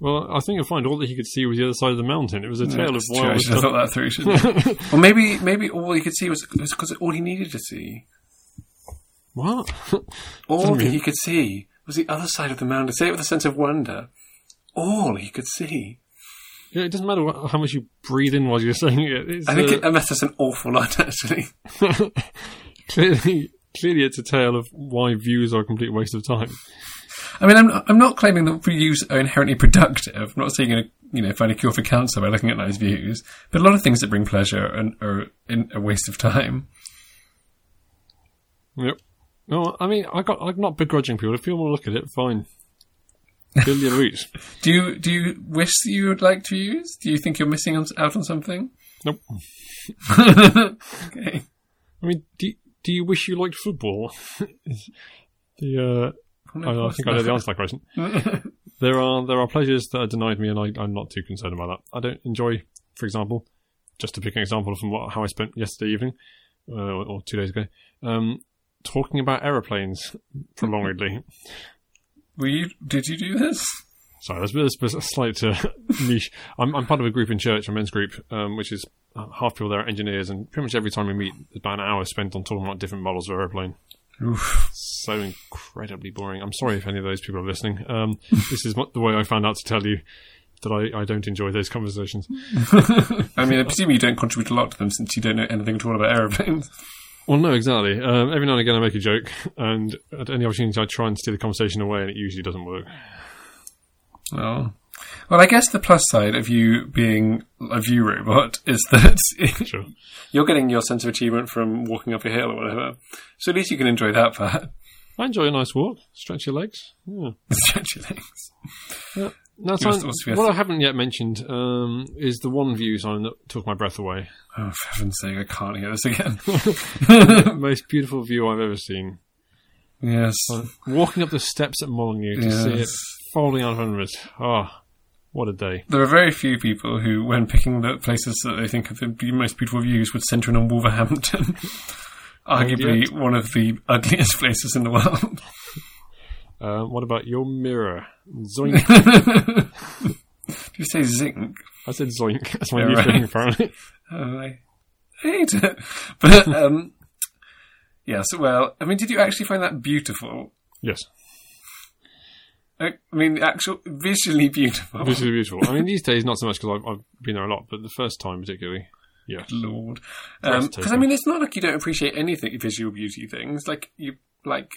Well, I think you'll find all that he could see was the other side of the mountain. It was
*laughs*
a tale of
That's true, I
wild
should have
stuff.
thought that through, shouldn't I?
*laughs*
or maybe, maybe all he could see was because all he needed to see,
What? *laughs*
all that
mean-
he could see, was the other side of the mountain. Say it with a sense of wonder. All he could see.
Yeah, it doesn't matter what, how much you breathe in while you're saying it. It's,
I think
uh,
it, it messed us an awful lot, *laughs* actually.
clearly, clearly, it's a tale of why views are a complete waste of time.
I mean, I'm not, I'm not claiming that views are inherently productive. I'm not saying you're gonna, you know find a cure for cancer by looking at nice views, but a lot of things that bring pleasure and are in a waste of time.
Yep. No, I mean, I got, I'm not begrudging people. If people want to look at it, fine. Build your roots.
Do you do you wish that you would like to use? Do you think you're missing on- out on something?
Nope.
*laughs* okay.
I mean, do, do you wish you liked football? *laughs* the, uh, I, I think I know the answer to that question.
*laughs*
there are there are pleasures that are denied me, and I, I'm not too concerned about that. I don't enjoy, for example, just to pick an example from what, how I spent yesterday evening uh, or, or two days ago, um, talking about aeroplanes prolongedly.
Were you? Did you do this?
Sorry, there's, there's, there's a slight uh, *laughs* niche. I'm, I'm part of a group in church, a men's group, um, which is uh, half people there are engineers, and pretty much every time we meet, there's about an hour spent on talking about different models of aeroplane.
Oof.
So incredibly boring. I'm sorry if any of those people are listening. Um, *laughs* this is what- the way I found out to tell you that I, I don't enjoy those conversations.
I mean, I presume you don't contribute a lot to them since you don't know anything at all about aeroplanes. *laughs*
Well, no, exactly. Um, every now and again, I make a joke, and at any opportunity, I try and steer the conversation away, and it usually doesn't work.
Oh. Well, I guess the plus side of you being a view robot is that *laughs*
Sure.
you're getting your sense of achievement from walking up a hill or whatever. So at least you can enjoy that *laughs* part.
I enjoy a nice walk, stretch your legs. Yeah.
Stretch your legs.
Now,
Yes,
Simon,
yes, yes.
what I haven't yet mentioned um, is the one view sign that took my breath
*laughs*
away.
Oh, for heaven's sake, I can't hear this
*laughs*
again.
Most beautiful view I've ever seen.
yes.
Walking up the steps at Molyneux to see it
Yes.
falling on hundreds. Ah, what a day.
There are very few people who, when picking the places that they think are the be- most beautiful views, would centre in on Wolverhampton. *laughs* arguably one of the ugliest *laughs* places in the world.
Uh, what about your mirror? Zoink.
Did you say zinc?
I said zoink. *laughs* That's my
Yeah,
new
right. *laughs*
thing, apparently.
Oh, I hate it. But um, yes, well, I mean, did you actually find that beautiful?
Yes.
I I mean, actual visually beautiful.
This is beautiful. I mean, these days, not so much because I've, I've been there a lot, but the first time particularly. Yeah.
Lord,
Breathtaking.
because I mean, it's not like you don't appreciate anything visual beauty things. Like you, like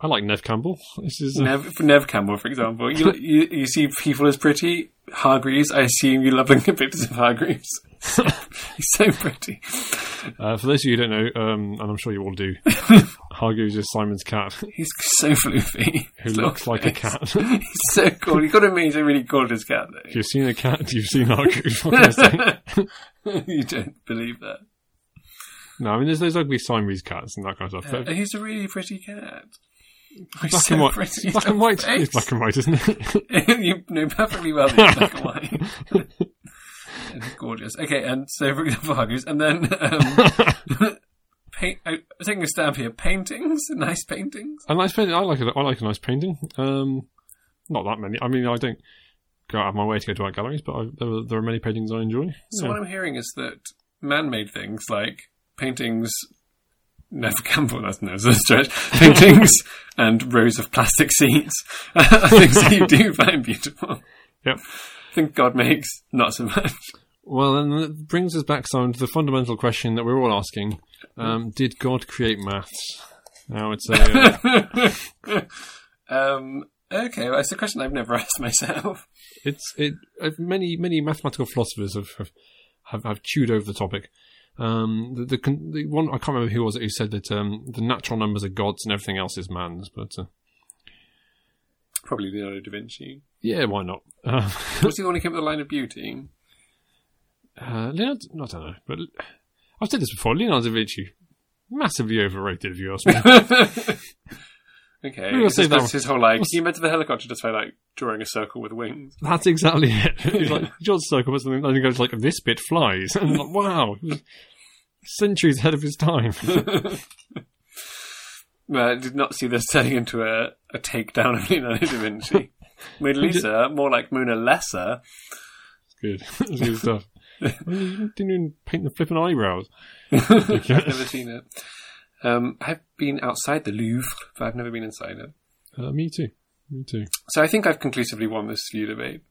I like Nev Campbell. This is. Uh,
Nev, Nev Campbell, for example.
*laughs*
You, you you see people as pretty Hargreaves. I assume you love looking at pictures of
*laughs*
Hargreaves. *laughs* He's so pretty.
uh, for those of you who don't know, um, and I'm sure you
*laughs*
all do, Hargreaves is Simon's cat,
He's so floofy.
who looks like
*laughs*
a cat. if
He's so cool. You've got to admit he's a really gorgeous cat, though.
you've seen a cat, you've seen
*laughs*
Hargreaves. What can I say?
you don't believe that.
No, I mean, there's those ugly Siamese cats and that kind of stuff.
Uh,
but
he's a really pretty cat. He's
black
so
and white.
pretty.
Black and white.
Face.
It's black and white, isn't it? *laughs*
*laughs* you know perfectly well that he's black and white. It's gorgeous. Okay, and so for example, Hargreaves, and then
*laughs*
um, *laughs* paint. I, I'm taking a stab here. Paintings, nice paintings.
a nice painting. I like it. I like a nice painting. Um, not that many. I mean, I don't go out of my way to go to art galleries, but I, there, are, there are many paintings I enjoy.
So
Yeah.
what I'm hearing is that man-made things like paintings. Never *laughs* Campbell, that's no that's a
*laughs*
stretch. Paintings and rows of plastic *laughs* seats are *laughs* things that you
*laughs*
do find beautiful.
Yep.
think God makes, not so much.
Well, then that brings us back Simon, to the fundamental question that we're all asking:
Mm.
um, Did God create maths? Now
*laughs*
it's a. Uh,
Um, okay, well, it's a question I've never *laughs* asked myself.
it's it. uh, Many many mathematical philosophers have have, have, have chewed over the topic. Um, the, the con- the one I can't remember who was it who said that um, the natural numbers are God's and everything else is man's, but uh,
Probably Leonardo da Vinci.
yeah, why not? *laughs* Uh,
What's the one who came up with the line of beauty? *laughs*
Uh, Leonardo, I don't know, but I've said this before. Leonardo da Vinci, massively overrated, if you
*laughs*
ask me.
Okay,
Maybe we'll
this
save
is
that
that's
one.
his whole like.
What's-
He meant the helicopter just by like drawing a circle with wings.
That's exactly it. *laughs* He's like George Circle, but something, and he goes like, "This bit flies," and I'm like, wow, he was centuries ahead of his time. *laughs*
Well, I did not see this *laughs* turning into a, a takedown of Leonardo da Vinci. Mona Lisa, more like Mona Lesser.
good, *laughs* That's good stuff. You didn't even paint the flipping eyebrows.
I've never seen it. Um, I've been outside the Louvre, but I've never been inside it.
Uh, me too. Me too.
So I think I've conclusively won this view debate.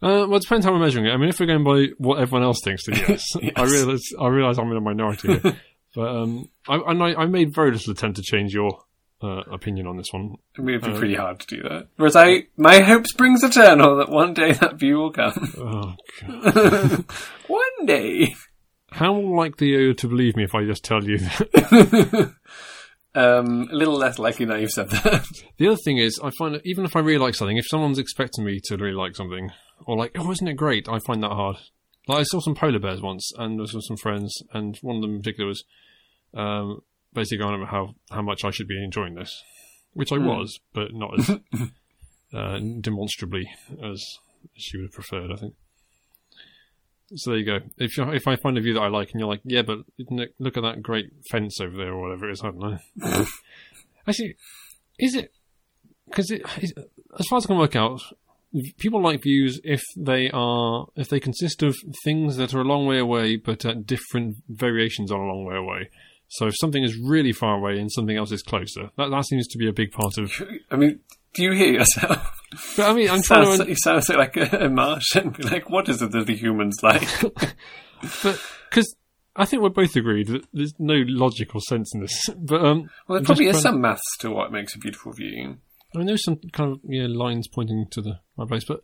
Uh, well, it depends how we're measuring it. I mean, if we're going by what everyone else thinks, then yes. I realize I realize I'm in a minority here, but um, I, and I, I made very little attempt to change your uh, opinion on this one.
I mean, it'd be pretty hard to do that. Whereas I, my hope springs eternal that one day that view will
*laughs*
come. *laughs*
Oh, God.
one day. *laughs*
How likely are you to believe me if I just tell you that?
Um, a little less likely now you've said that. *laughs*
The other thing is, I find that even if I really like something, if someone's expecting me to really like something, or like, oh, isn't it great? I find that hard. Like, I saw some polar bears once, and I saw some friends, and one of them in particular was um, basically going on about how, how much I should be enjoying this, which I was, but not as uh, demonstrably as she would have preferred, I think. So there you go. If you if I find a view that I like, and you're like, yeah, but isn't it- look at that great fence over there, or whatever it is, I don't know. Actually, is it because it, is- as far as I can work out, people like views if they are if they consist of things that are a long way away but at different variations on a long way away. So if something is really far away and something else is closer, that that seems to be a big part of.
I mean, do you hear yourself?
But I mean, I'm trying to.
Sounds, you sound so like a, a *laughs* Martian. Like, what is it that the humans like?
but because I think we're both agreed that there's no logical sense in this. *laughs* But um,
*laughs* Well, there
I'm
probably
just
is
trying-
some maths to what makes a beautiful view.
I mean, there's some kind of yeah lines pointing to the right place, but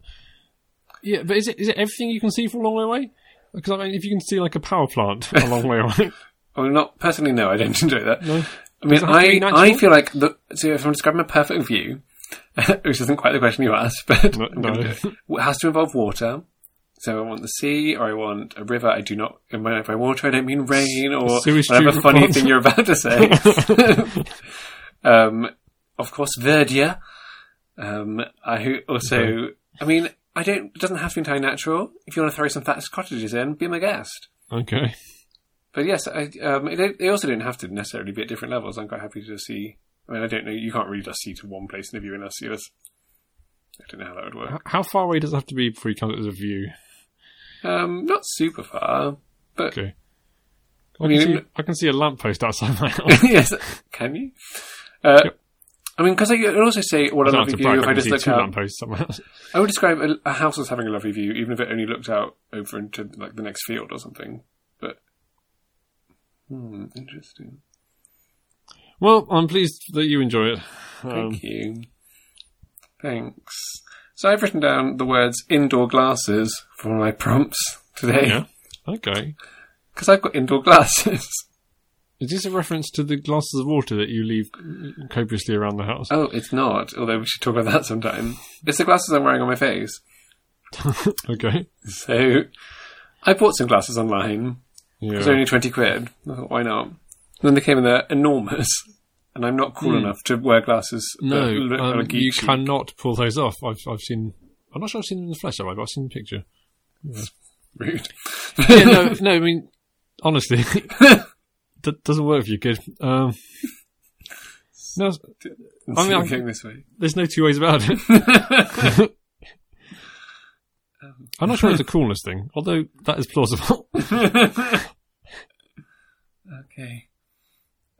yeah, but is it is it everything you can see from a long way away? Because I mean, if you can see like a power plant *laughs* a long way away,
Well, not personally. No, I don't *laughs* enjoy that.
no,
I mean,
it have to be
I
natural?
I feel like the, see if I'm describing a perfect view, *laughs* which isn't quite the question you asked, *laughs* but
No,
I'm gonna
no.
do it. it has to involve water. So I want the sea, or I want a river. I do not. And when I by water, I don't mean rain or
Sewage
whatever
treatment
funny
plant.
thing you're about to say. *laughs*
*laughs*
um, of course, verdure. Um, I who- also. I mean, I don't. It doesn't have to be entirely natural. If you want to throw some thatched cottages in, be my guest.
okay,
But yes, I, um, they, they also didn't have to necessarily be at different levels. I'm quite happy to just see. I mean, I don't know. You can't really just see to one place in a view unless you just. I don't know how that would work.
H- How far away does it have to be before you count it as a view?
Um, not super far, but
Okay. I,
mean,
can see,
in-
I can see a lamppost
*laughs*
outside my house.
yes, can you? Uh,
Yep.
I mean, because I could also say what a
Not
lovely
to
view
brag,
if
I
I
can
just
see
look
two
out.
lampposts at my house.
I would describe a, a house as having a lovely view, even if it only looked out over into like the next field or something. But hmm, interesting.
Well, I'm pleased that you enjoy it.
Thank
Um,
you. Thanks. So I've written down the words indoor glasses for my prompts today
yeah. Okay.
because I've got indoor *laughs* glasses.
Is this a reference to the glasses of water that you leave copiously around the house?
Oh, it's not. Although we should talk about that sometime. It's the glasses I'm wearing on my face.
okay.
So I bought some glasses online. It was
Yeah.
only 20 quid. I thought, why not? And then they came and they're enormous. And I'm not cool enough to wear glasses. that
Hmm. No,
look
um,
like a geek
you
chic.
cannot pull those off. I've, I've seen. I'm not sure I've seen them in the flesh, have I? But I've seen
*laughs*
the picture.
Rude.
Yeah, no, no. I mean,
*laughs*
honestly, *laughs* that doesn't work for you, kid. Um, no, I
I *laughs*
mean, I'm-
going this way.
there's no two ways about it. *laughs* I'm not sure it's a coolness thing, although that is *laughs* plausible.
Okay.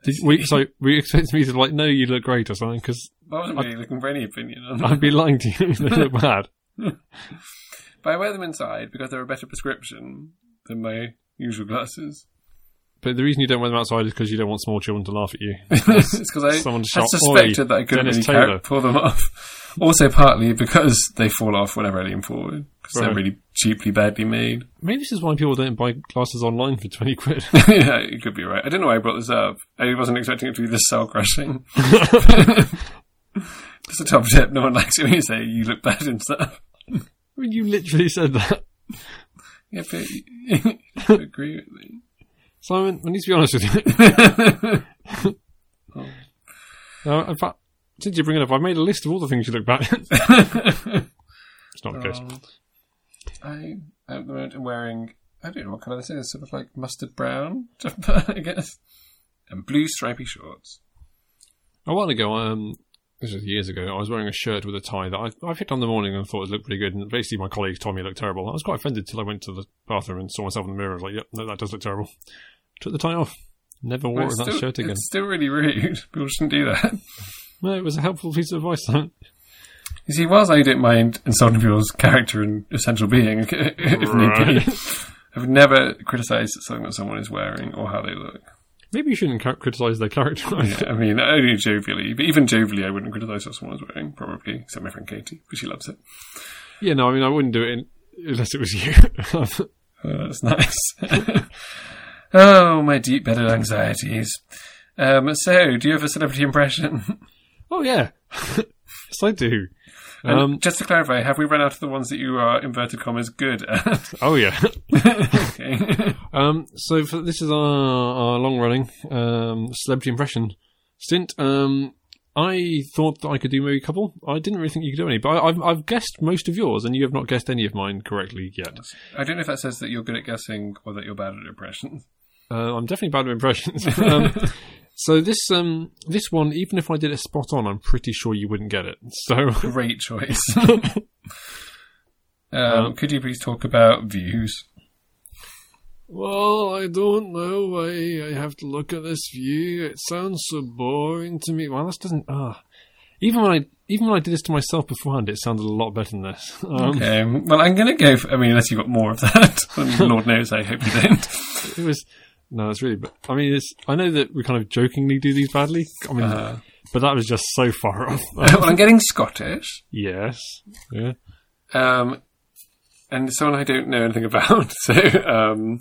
Did we, so, were you expecting me to like, no, you look great or something? Because
*laughs* I wasn't really looking for any opinion on
I'd be lying to you if they look bad.
But I wear them inside because they're a better prescription than my usual
*laughs*
glasses.
But the reason you don't wear them outside is because you don't want small children to laugh at you.
it's because I
Someone
had
shout,
suspected
"Oi,
that I couldn't
Dennis
really car-
Taylor."
pull them off. Also, partly because they fall off whenever I lean forward because they're
Right.
really cheaply, badly made. *laughs*
Maybe this is why people don't buy glasses online for 20 *laughs* quid.
yeah, you could be right. I don't know why I brought this up. I wasn't expecting it to be this soul *laughs* crushing. Just a top tip. No one likes it when you say you look bad and stuff. *laughs*
I mean, you literally said that.
Yeah, but you *laughs* you agree with me.
Simon, I need to be honest with you. Now, Uh, in fact, since you bring it up, I've made a list of all the things you look bad *laughs* at. it's not the case.
Um, I at the moment am wearing I don't know what colour this is, sort of like mustard brown *laughs* jumper, I guess. And blue stripy shorts.
A while ago, um, this was years ago, I was wearing a shirt with a tie that I, I picked on in the morning and thought it looked pretty good. And basically, my colleagues told me it looked terrible. I was quite offended till I went to the bathroom and saw myself in the mirror. I was like, yep, no, that does look terrible. Took the tie off. Never wore
But it's
that
still-
shirt again.
It's still really rude. People shouldn't do that. *laughs*
No, it was a helpful piece of advice. Simon.
You see, whilst I don't mind insulting people's character and essential being, *laughs* if need be, I've never criticised something that someone is wearing or how they look.
*laughs* Maybe you shouldn't ca- criticise their character. *laughs*
I mean, only jovially, but even jovially, I wouldn't criticise what someone is wearing, probably, except my friend Katie, because she loves it.
yeah, no, I mean, I wouldn't do it in, unless it was you. *laughs*
Oh, that's nice. *laughs* oh, my deep bedded anxieties. Um, so, do you have a celebrity impression? *laughs*
oh, yeah. *laughs* yes, I do.
And
Um,
just to clarify, have we run out of the ones that you are inverted commas good at? *laughs*
oh, yeah.
okay. *laughs*
Um, so for, this is our, our long running um, celebrity impression stint. Um, I thought that I could do maybe a couple. I didn't really think you could do any, but I, I've, I've guessed most of yours, and you have not guessed any of mine correctly yet.
I don't know if that says that you're good at guessing or that you're bad at impressions.
Uh, I'm definitely bad at impressions. *laughs* um, so this um, this one, even if I did it spot on, I'm pretty sure you wouldn't get it. So
Great choice. *laughs* um, could you please talk about views?
Well, I don't know why I have to look at this view. It sounds so boring to me. Well, this doesn't. Ah, even when I even when I did this to myself beforehand, it sounded a lot better than this. *laughs* Um,
Okay. Well, I'm going to go. For, I mean, unless you've got more of that, *laughs* And Lord knows I hope you don't. *laughs*
It was no, it's really. But I mean, it's. I know that we kind of jokingly do these badly. I mean,
Uh.
but that was just so far *laughs* off. Uh,
well, I'm getting Scottish,
yes. Yeah.
um, and someone I don't know anything *laughs* about. So, um,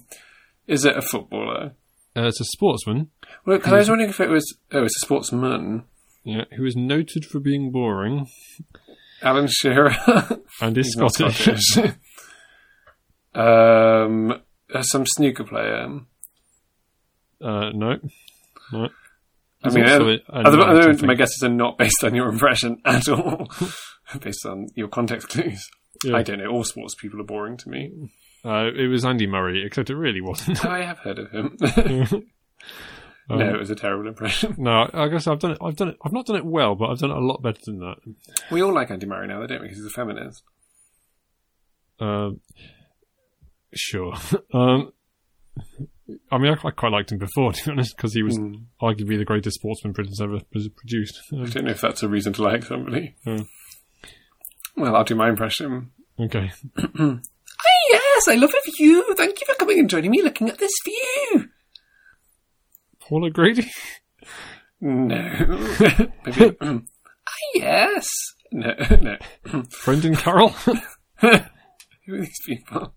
is it a footballer?
Uh, it's a sportsman.
Well, because I
Hmm.
was wondering if it was. Oh, it's a sportsman.
Yeah, who is noted for being boring
Alan Shearer. *laughs*
and is
Not
Scottish.
Scottish. *laughs* um, uh, some snooker player.
uh, no. No.
I
He's
mean,
also
uh,
a- a
at the
knight, I
moment,
think.
my guesses are not based on your impression *laughs* at
*laughs*
all, based on your context clues.
Yeah. *laughs*
I don't know. All sports people are boring to me.
Uh, it was Andy Murray, except it really wasn't. *laughs*
I have heard of him. *laughs* no, it was a terrible
*laughs*
impression.
Um, No, I guess I've done it. I've done it. I've not done it well, but I've done it a lot better than that.
We all like Andy Murray now, though, don't we? Because he's a feminist.
Um, sure. *laughs* Um, I mean, I quite, quite liked him before, *laughs* to be honest, because he was arguably the greatest sportsman Britain's ever pres- produced. Um,
I don't know if that's a reason to like somebody.
Hmm.
Well, I'll do my impression.
okay.
yes, I love the view. Thank you for coming and joining me looking at this view.
Paul O'Grady? *laughs*
No. Maybe. ah, yes. No, no.
Brendan Carroll? *laughs*
Who are these people?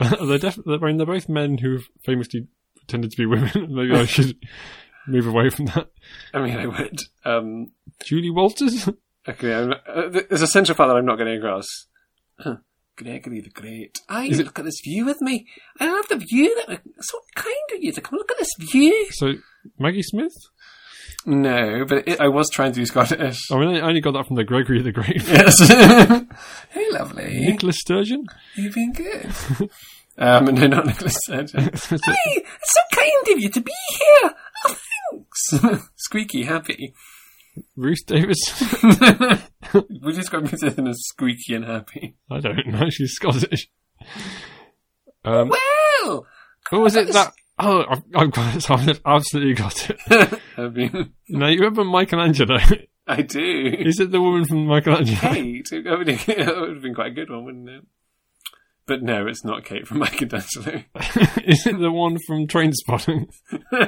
they're, def- they're, I mean, they're both men who have famously pretended to be women. *laughs* Maybe I should move away from that.
I mean, I would. Um,
Julie Walters? *laughs*
okay, I'm, uh, th- there's a central part that I'm not getting across. Huh. Gregory the Great. I
Is it-
look at this view with me. I love the view. That so kind of you to come look at this view.
so, Maggie Smith?
No, but it, I was trying to do Scottish.
I mean, I only got that from the Gregory the Great.
Yes. *laughs* hey, lovely.
Nicholas Sturgeon?
You've been good. *laughs* um, no, not Nicholas Sturgeon.
That's it.
Hey, it's so kind of you to be here. Oh, thanks. *laughs* squeaky *laughs* happy.
*laughs* Ruth Davis?
We describe Mrs. Thin as squeaky and happy.
I don't know. She's Scottish. Um,
Well,
What was it that? Oh, I've, I've got it. *laughs* I've absolutely got it.
*laughs* I mean,
Now, you remember Michelangelo? *laughs*
I do.
Is it the woman from Michelangelo?
Kate, that would have been quite a good one, wouldn't it? But no, it's not Kate from Michelangelo.
*laughs* Is it the one from Train Spotting?
*laughs*
*laughs*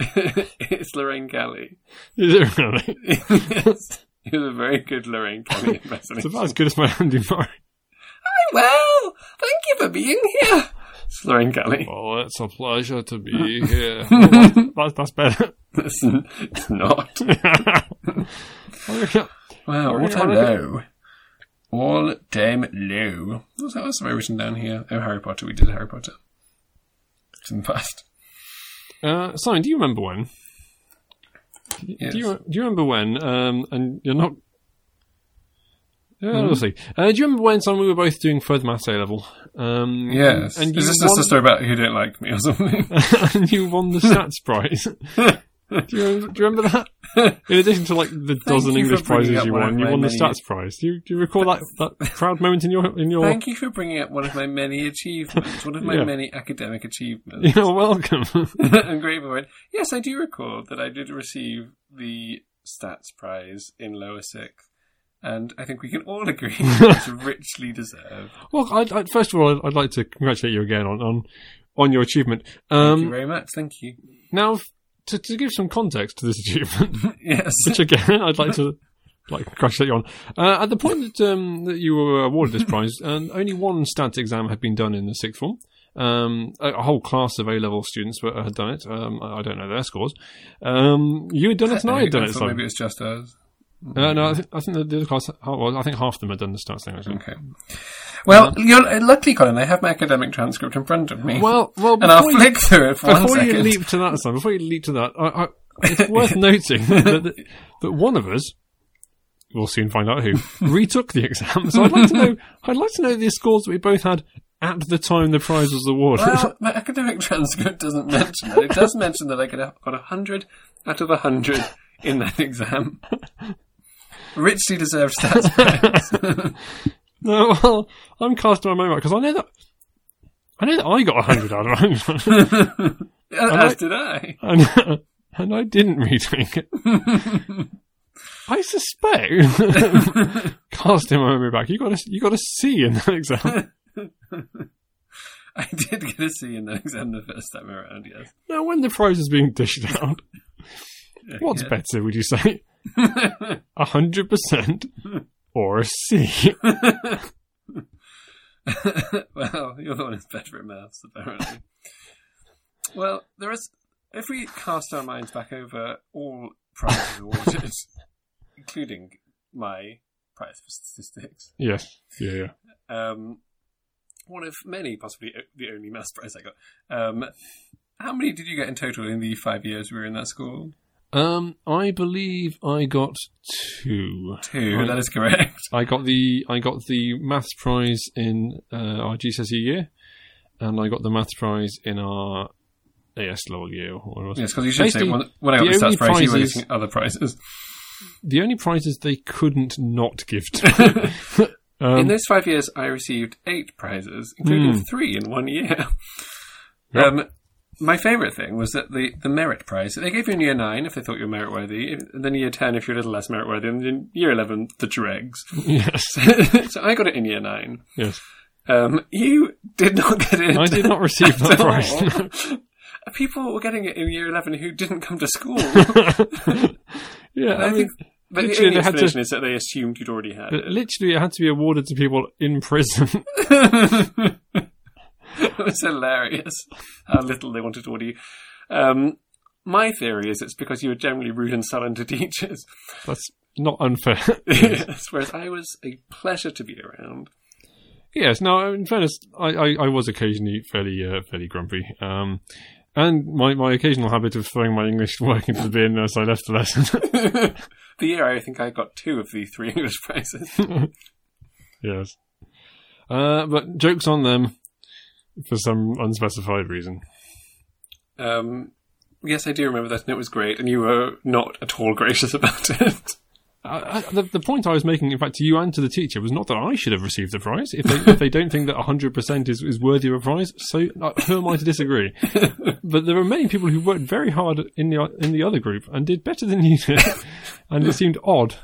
it's Lorraine Kelly.
Is it really?
yes. It was a very good Lorraine Kelly
*laughs* It's
impersonation.
about as good as my Andy Murray.
Well, thank you for being here. It's Lorraine Kelly.
*laughs* Oh, it's a pleasure to be here. Oh, that's, that's better. *laughs*
It's, n- it's not. Wow,
Or-
all time
or-
low. All time low. What's that? What's that written down here? Oh, Harry Potter. We did Harry Potter. It's in the past.
uh, Simon, do you remember when?
Yes.
Do you, do you remember when? Um, and you're not. Yeah,
Mm-hmm.
we'll see. Uh, do you remember when Simon we were both doing further maths A level? Um,
yes.
And you
Is this
won,
just a story about who didn't like me or something?
*laughs* and you won the
*laughs*
stats prize. do, you remember, do you remember that? In addition to like the dozen
you for
English
bringing
prizes
up
you
one of
won, you
my
won the
many-
stats prize. Do you, do you recall that,
*laughs*
that proud moment in your in your? *laughs*
Thank you for bringing up one of my many achievements, one of my
Yeah.
many academic
*laughs*
achievements.
You're welcome.
*laughs* I'm grateful for it. Yes, I do recall that I did receive the stats prize in lower sixth, and I think we can all *laughs* agree it's
*laughs*
richly deserved.
well, I'd, I'd, first of all, I'd, I'd like to congratulate you again on on, on your achievement.
Thank you
Um,
very much. Thank you.
now, f- to, to give some context to this *laughs* achievement,
*laughs* Yes.
which again *laughs* I'd like to like congratulate you on. Uh, at the point that, um, that you were awarded this prize, *laughs* um, only one stats exam had been done in the sixth form. Um, a, a whole class of A level students were, had done it. Um, I I don't know their scores. Um, you had done it, and I had
*laughs*
done
I
it.
thought
Simon.
maybe it's just us.
Uh, no, I, think I think the, the other class. oh, Well, I think half of them had done the stats thing. Actually.
Okay. Well, you're, uh, luckily, Colin, I have my academic transcript in front of me.
Well, well,
and I'll
before you-
flick through it for one
before you
second.
leap to that, Sam, before you leap to that, I, I, it's worth noting *laughs* that, that, that one of us, we'll soon find out who, retook the exam. So I'd like
*laughs*
to know. I'd like to know the scores that we both had at the time the prize was awarded.
Well, my academic *laughs* transcript doesn't mention that. It does mention that I could have got 100 out of 100 in that exam. Richly deserved *laughs*
*laughs*
stats prize.
no, well, I'm casting my mind because I know that. I know that I got 100 out of 100,
As did I.
*laughs* and, and I didn't retake it.
*laughs*
I suspect, *laughs* casting my memory back, you got a, you got a C in that exam.
I did get a C in the exam the first time around, yes.
Now, when the prize is being *laughs* dished out, what's
Yeah.
better, would you say? a *laughs* 100% or a C?
*laughs*
*laughs*
well, you're the one who's better at maths, apparently. well, there is. If we cast our minds back over all *laughs* prizes awarded, including my prize for statistics,
yes. Yeah, yeah.
um, one of many, possibly o- the only maths prize I got. Um, how many did you get in total in the five years we were in that school?
Um, I believe I got two.
Two.
Right.
That is correct. *laughs*
I got the I got the maths prize in uh, our GCSE year, and I got the maths prize in our AS level E year. Or whatever it was.
Yes, because you should
Basically,
say when, when I got
the
the stats
only
prize, you were
prizes-
getting other prizes.
The only prizes they couldn't not give to. *laughs* me.
in
um, Hmm.
those five years, I received eight prizes, including three in one year.
Yep.
Um, my favourite thing was that the, the merit prize they gave you in year nine if they thought you were merit worthy, and then year ten if you're a little less merit worthy, and then year eleven the dregs.
yes,
*laughs* so I got it in year nine.
yes.
Um, you did not get it.
I
*laughs*
did not receive *laughs* that
at all.
prize.
*laughs* People were getting it in year eleven who didn't come to
*laughs*
school.
yeah, I
I
mean,
think, but the
literally
only
they had to-
explanation is that they assumed you'd already had
*laughs*
it. *laughs*
Uh, literally, it had to be awarded to people in prison. *laughs*
it was hilarious how little they wanted to order you. Um, my theory is it's because you were generally rude and sullen to *laughs* teachers,
That's not unfair. *laughs*
Yes, *laughs* whereas I was a pleasure to be around. *laughs*
Yes. Now, in fairness, I, I, I was occasionally fairly uh, fairly grumpy, um, and my, my occasional habit of throwing my English *laughs* work into the bin as I left the lesson. *laughs*
the year I think I got two of the three English prizes.
yes. Uh, but jokes on them for some unspecified reason.
Um, yes, I do remember that, and it was great, and you were not at all *laughs* gracious about it.
I, I, the, the point I was making, in fact, to you and to the teacher, was not that I should have received the prize. If they, if they don't think that 100% is, is worthy of a prize, so uh, who am I to
*laughs*
disagree? but there are many people who worked very hard in the in the other group and did better than you did, and it seemed odd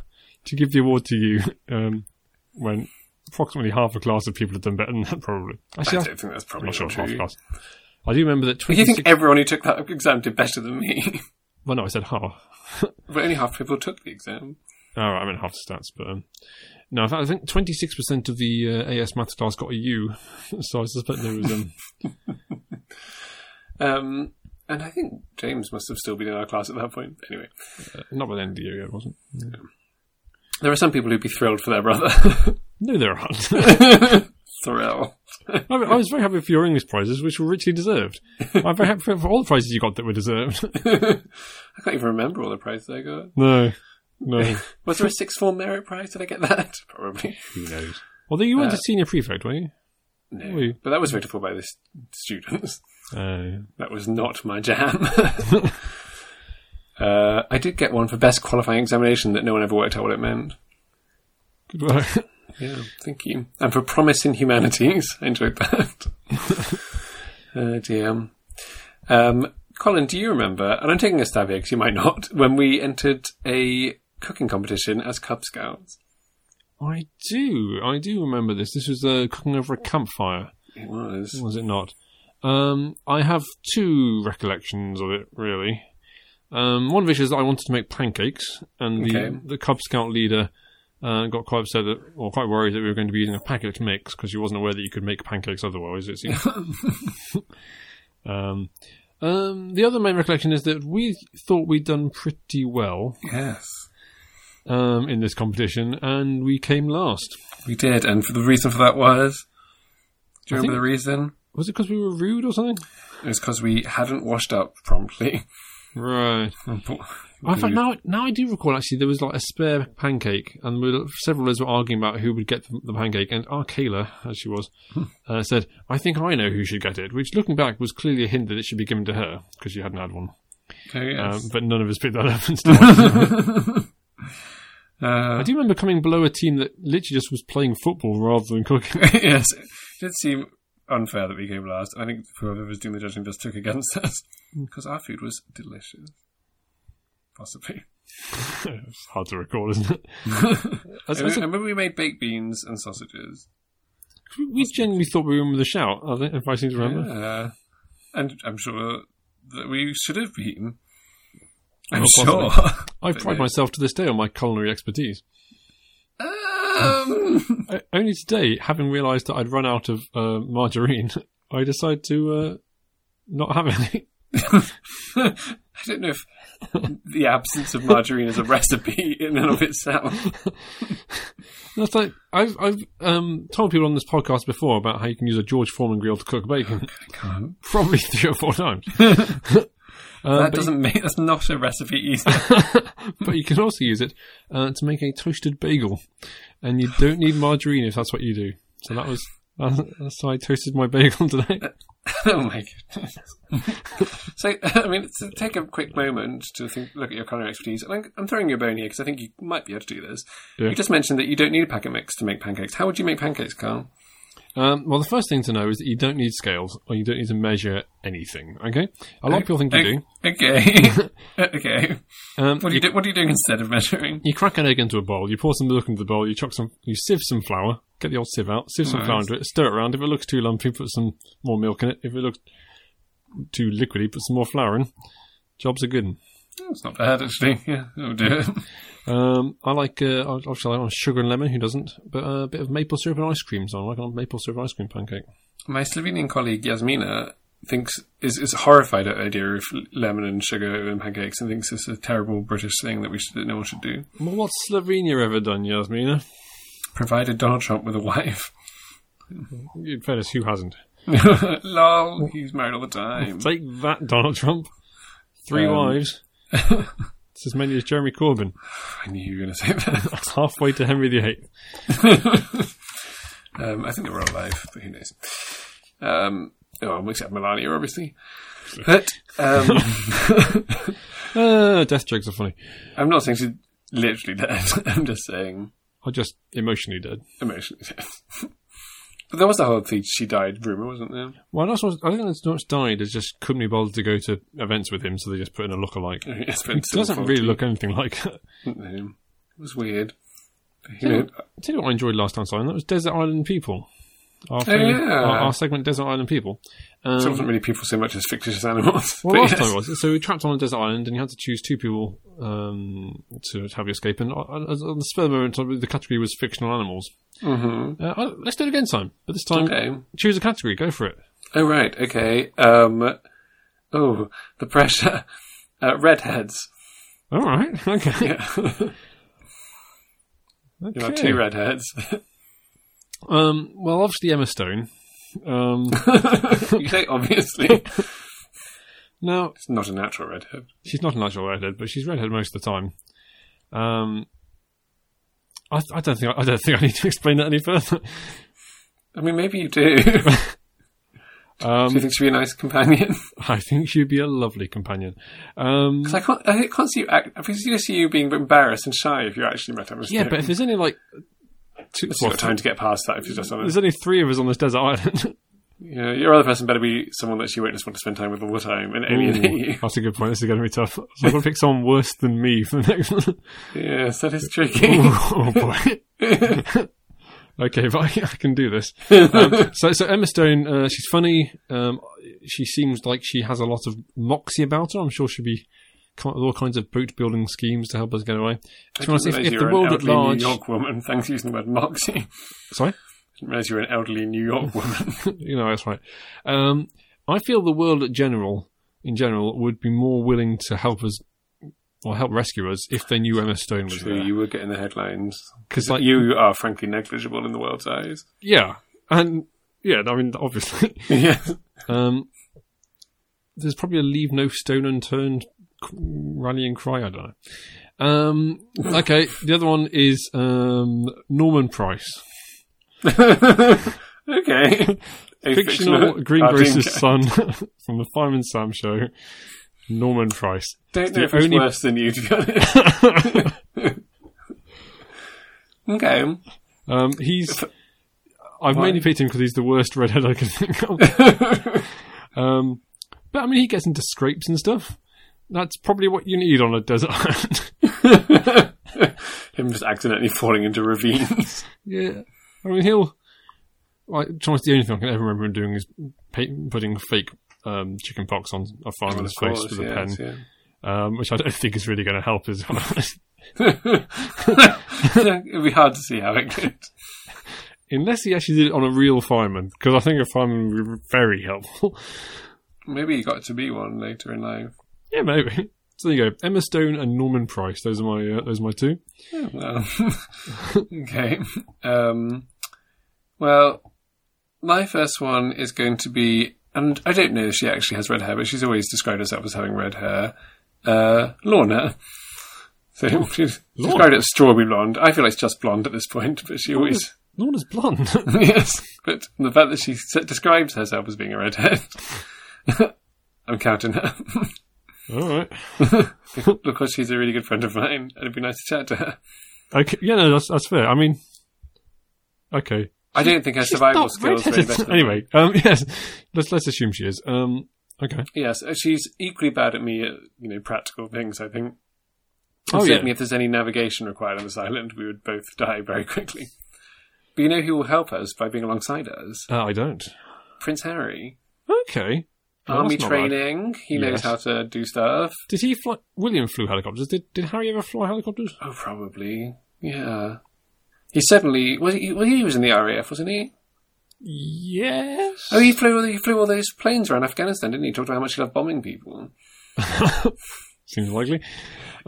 to give the award to you um, when approximately half a class of people had done better than that. Probably,
I
actually,
don't
I
think that's
am
probably
not sure
not
half
true.
class. I do remember that
You
twenty
think
six.
everyone who took that exam did better than me, *laughs*
Well, no, I said half.
but only half the people took the exam.
Oh, right, I meant half the stats, but um, no, I think twenty six percent of the uh, AS maths class got a U, *laughs* so I suspect there was. Um, *laughs*
Um, and I think James must have still been in our class at that point. Anyway,
not by the end of the year, it wasn't.
there are some people who'd be thrilled for their brother. *laughs*
No, there aren't. *laughs*
Thrill. *laughs*
I, I was very happy for your English prizes, which were richly deserved. I'm very happy for, for all the prizes you got that were deserved. *laughs*
I can't even remember all the prizes I got.
No, no.
Was there a sixth form merit prize? Did I get that? *laughs* Probably.
Who knows? *laughs* Although you weren't
Uh,
a senior prefect, were you?
No.
Were you?
But that was voted for by the s- students.
Uh,
That was not my jam. *laughs* uh, I did get one for best qualifying examination that no one ever worked out what it meant.
good work. *laughs*
Yeah, thank you. And for Promise in Humanities, *laughs* I enjoyed that. oh dear. Um, Colin, do you remember? And I'm taking a stab here because you might not. *laughs* When we entered a cooking competition as Cub Scouts,
I do. I do remember this. This was uh, cooking over a campfire,
it was.
was it not? Um, I have two recollections of it, really. Um, one of which is that I wanted to make pancakes, and the,
Okay.
the Cub Scout leader uh, got quite upset that, or quite worried that we were going to be using a packet mix because she wasn't aware that you could make pancakes otherwise. It seems. um, um, the other main recollection is that we thought we'd done pretty well
Yes,
um, in this competition, and we came last.
we did. And for the reason for that was, do you
I
remember the reason?
Was it because we were rude or something?
It was because we hadn't washed up promptly.
*laughs* Right. I
I
fact, now, now I do recall actually there was like a spare pancake, and we were, several of us were arguing about who would get the, the pancake. And our Kayla, as she was, uh, said, "I think I know who should get it," which, looking back, was clearly a hint that it should be given to her because she hadn't had one. Um, but none of us picked that up. And stuff.
Uh,
I do remember coming below a team that literally just was playing football rather than cooking.
*laughs* yes, it did seem unfair that we came last. I think whoever was doing the judging just took against *laughs* us
Hmm.
because our food was delicious. Possibly.
it's hard to recall, isn't it? *laughs* That's-
I
that's
remember,
a-
we made baked beans and sausages.
we genuinely thought we were in with a shout. I think, if I seem to remember.
Yeah. And I'm sure that we should have been. I'm
Well,
sure. *laughs*
I pride
yeah.
myself to this day on my culinary expertise.
um,
O- only today, having realised that I'd run out of uh, margarine, *laughs* I decided to uh, not have any. *laughs*
I don't know if the absence of margarine is a recipe in and of itself.
That's like I've I've um, told people on this podcast before about *laughs* how you can use a George Foreman grill to cook bacon,
I can't. *laughs*
probably three or four times. Uh,
that
but,
doesn't make that's not a recipe either.
but you can also use it uh, to make a toasted bagel, and you don't need margarine if that's what you do. So that was that's, that's how I toasted my bagel *laughs* today.
*laughs* oh my goodness. so, *laughs* I mean, to take a quick moment to think, look at your culinary expertise, and I'm, I'm throwing you a bone here because I think you might be able to do this.
Yeah.
You just mentioned that you don't need a packet mix to make pancakes. How would you make pancakes, Carl?
Um, well, the first thing to know is that you don't need scales or you don't need to measure anything. Okay, a lot of people think you do. *laughs*
Okay. okay.
Um,
What are you, do, what are you doing instead of measuring?
You crack an egg into a bowl. You pour some milk into the bowl. You chuck some. You sieve some flour. Get the old sieve out. Sieve some flour into it. Stir it around. If it looks too lumpy, put some more milk in it. If it looks too liquidy, put some more flour in. Jobs are good. 'un.
It's not bad, actually. *laughs* Yeah, Oh, I'll do it.
Um, I like uh, I- obviously I like sugar and lemon. Who doesn't? But uh, a bit of maple syrup and ice cream. So I like a maple syrup ice cream pancake.
My Slovenian colleague Yasmina thinks is, is horrified at the idea of lemon and sugar and pancakes and thinks it's a terrible British thing that we should that no one should do.
Well, what's Slovenia ever done, Yasmina?
Provided Donald Trump with a *laughs* wife.
In fairness, who hasn't? *laughs*
Lol, he's married all the time.
Take that, Donald Trump. Three
Um,
wives. it's as many as Jeremy Corbyn.
I knew you were going to say that.
That's halfway to Henry VIII.
Um, I think they were all alive, but who knows? Um, oh, except Melania,
*laughs*
obviously. But um,
Uh, death jokes are funny.
I'm not saying she's literally dead. *laughs* I'm just saying
I just emotionally dead.
emotionally *laughs* dead. But there was the whole thing she died rumor, wasn't there?
Well, that's what, I think that's what's died is just couldn't be bothered to go to events with him, so they just put in a lookalike.
Yes, but *laughs*
It
it's
doesn't
awful.
really look anything like. *laughs*
No. It was weird. You
Yeah.
know,
I tell you what I enjoyed last time, Simon. That was Desert Island People. Our,
Oh, yeah.
our, our segment, Desert Island People. Um,
it wasn't really people so much as fictitious animals. *laughs*
Well,
But
last
yes.
time was so we were trapped on a desert island, and you had to choose two people um, to help you escape. And uh, on on the spur of the moment, the category was fictional animals. Mm-hmm. Uh, I- let's do it again, Simon. But this time,
Okay.
choose a category. Go for it.
Oh, right. Okay. Um, oh, the pressure. *laughs* Uh, redheads.
All right. *laughs* Okay.
Yeah. You know,
Okay.
two redheads.
*laughs* Um, well, obviously Emma Stone. Um, *laughs*
you say obviously.
now
It's not a natural redhead.
she's not an actual redhead, but she's redhead most of the time. Um, I, I don't think I, don't think I need to *laughs* explain that any further.
I mean, maybe you do. *laughs* do you *laughs*
Um,
think she'd be a nice companion? *laughs*
I think she'd be a lovely companion. Um,
Because I can't, I can't see you act. I can see see you being embarrassed and shy if you actually met Emma
yeah, but if there's only like two,
it's
well,
not time to get past that if you're just on it.
there's only three of us on this desert
*laughs*
island.
Yeah, your other person better be someone that she won't just want to spend time with all the time and alienate *laughs*
Ooh, that's a good point. This is going to be tough. So I've got to pick someone worse than me for
*laughs*
the next one. *laughs*
you. Yes, that is tricky.
oh boy.
*laughs*
okay, *laughs* but I, I can do this. Um, so, so Emma Stone, uh, she's funny. Um, she seems like she has a lot of moxie about her. I'm sure she'll be co- all kinds of boat building schemes to help us get away. To be honest, if,
Realise
if
you're
the
an
world at
elderly
large,
New York woman. *laughs* Thanks for using the word moxie. Didn't
sorry,
realise you're an elderly New York
*laughs*
woman.
*laughs* you know that's right. Um, I feel the world at general, in general, would be more willing to help us or help rescue us if they knew Emma Stone was
True,
there.
you were getting the headlines.
Because like,
you are frankly negligible in the world's eyes.
yeah, and yeah, I mean, obviously.
yeah.
Um, there's probably a leave no stone unturned c- rallying cry. I don't know. Um, okay, the other one is um, Norman Price,
*laughs* okay. A
fictional greengrocer's
I
son *laughs* from the Fireman Sam show. Norman Price.
don't know
the
if it's
only-
worse than you, to be honest. okay.
Um, he's. I've mainly picked him because he's the worst redhead I can think of. um, but I mean, he gets into scrapes and stuff. That's probably what you need on a desert island. *laughs*
Him just accidentally falling into ravines.
Yeah, I mean he'll. Like, to be honest, the only thing I can ever remember him doing is pa- putting fake um, chicken pox on a fireman's
Of
face
course,
with a
yes,
pen, um, which I don't *laughs* think is really going to help. Is
yeah. *laughs* It'd be hard to see how it could.
unless he actually did it on a real fireman, because I think a fireman would be very helpful. *laughs*
Maybe he got to be one later in life.
yeah, maybe. So there you go. Emma Stone and Norman Price. Those are my uh, those are my two.
Well, *laughs* okay. Um, well, my first one is going to be and I don't know if she actually has red hair, but she's always described herself as having red hair. Uh, Lorna. *laughs* So she's
Lorna?
described it as strawberry blonde. I feel like it's just blonde at this point, but she always. *laughs*
Lorna's blonde. *laughs*
yes, but the fact that she s- describes herself as being a redhead, *laughs* I'm counting her *laughs*
All right.
because she's a really good friend of mine, and it'd be nice to chat to her.
Okay. Yeah, no, that's that's fair. I mean, okay.
I don't think her survival skills are any
redheaded.
better. than-
*laughs* anyway, um, yes. Let's let's assume she is. Um, okay.
Yes, uh, she's equally bad at me at you know practical things. I think.
Oh,
And
yeah.
certainly, if there's any navigation required on this island, we would both *laughs* die very quickly. But you know who will help us by being alongside us?
Uh, I don't.
Prince Harry.
Okay. Well,
Army
that's not bad.
training. He knows
Yes.
how to do stuff.
Did he fly? William flew helicopters. Did did Harry ever fly helicopters?
Oh, probably. Yeah. He suddenly was he, well, he was in the RAF, wasn't he?
Yes.
Oh, he flew he flew all those planes around Afghanistan, didn't he? Talked about how much he loved bombing
Um,
people.
Seems
*laughs*
likely.
he *laughs*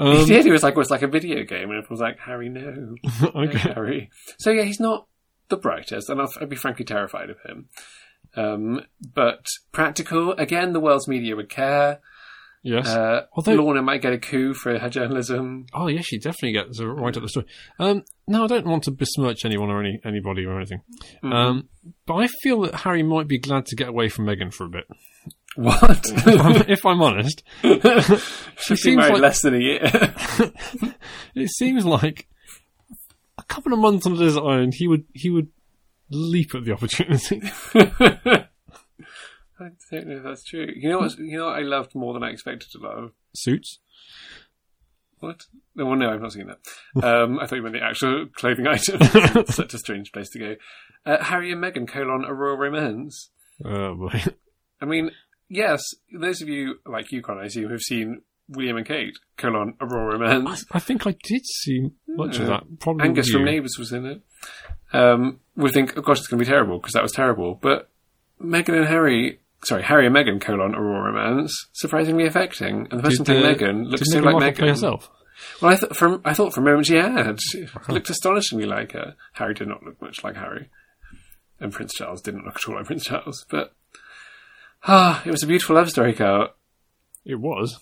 Um, *laughs*
did. He was like, well, it's like a video game, and it was like, Harry, no.
okay.
Harry. So yeah, he's not the brightest, and I'll, I'd be frankly terrified of him. Um, but practical, again, the world's media would care.
Yes.
Uh,
Although-
Lorna might get a coup for her
*laughs*
journalism.
Oh yes, she definitely gets a right up the story. Um, no, I don't want to besmirch anyone or any anybody or anything.
Mm-hmm.
Um, but I feel that Harry might be glad to get away from Meghan for
*laughs*
a bit.
What?
if I'm honest,
She's
seems
been married
like-
less than a year. *laughs*
it seems like a couple of months on a desert island, he would he would leap at the opportunity. *laughs*
I don't know if that's true. You know what? You know what I loved more than I expected to love.
Suits.
What? No, well, no, I've not
*laughs*
seen that. Um, I thought you meant the actual clothing item. Such a strange place to go. Uh, Harry and Meghan colon a royal romance.
*laughs* Oh boy.
I mean, yes, those of you like you, Con, I assume, who've seen William and Kate, colon, A Royal
I,
Romance.
I think I did see much of that. Probably
Angus
with
from
you.
Neighbours was in it. Um, we think, of course, it's going to be terrible because that was terrible. But Meghan and Harry, sorry, Harry and Meghan, colon, A Royal Romance, surprisingly affecting. And the person playing
uh,
Meghan
Did
looks so
Meghan
like
Markle play
Meghan.
herself?
Well, I, th- from, I thought for a moment, yeah, she
Uh-huh.
looked astonishingly like her. Harry did not look much like Harry. And Prince Charles didn't look at all like Prince Charles. But, *sighs* ah, it was a beautiful love story, Carl.
It was.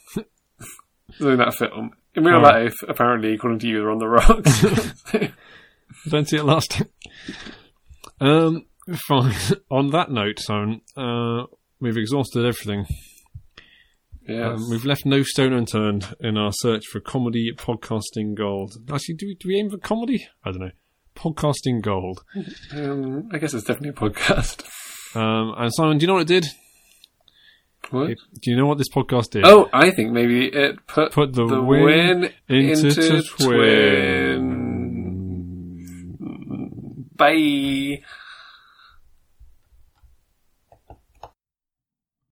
in that film. In real
Oh.
life, apparently, according to you, they're on the rocks.
*laughs*
*laughs*
Don't see it lasting. *laughs* Um, fine. *laughs* On that note, Simon, uh, we've exhausted everything.
yeah.
Um, we've left no stone unturned in our search for comedy podcasting gold. Actually, do we, do we aim for comedy? I don't know. Podcasting gold.
Um, I guess it's definitely a podcast. *laughs*
Um, and Simon, do you know what it did?
What?
It- do you know what this podcast did?
Oh, I think maybe it put,
Put the
the
win
win
into
into,
twin.
twin. Bye.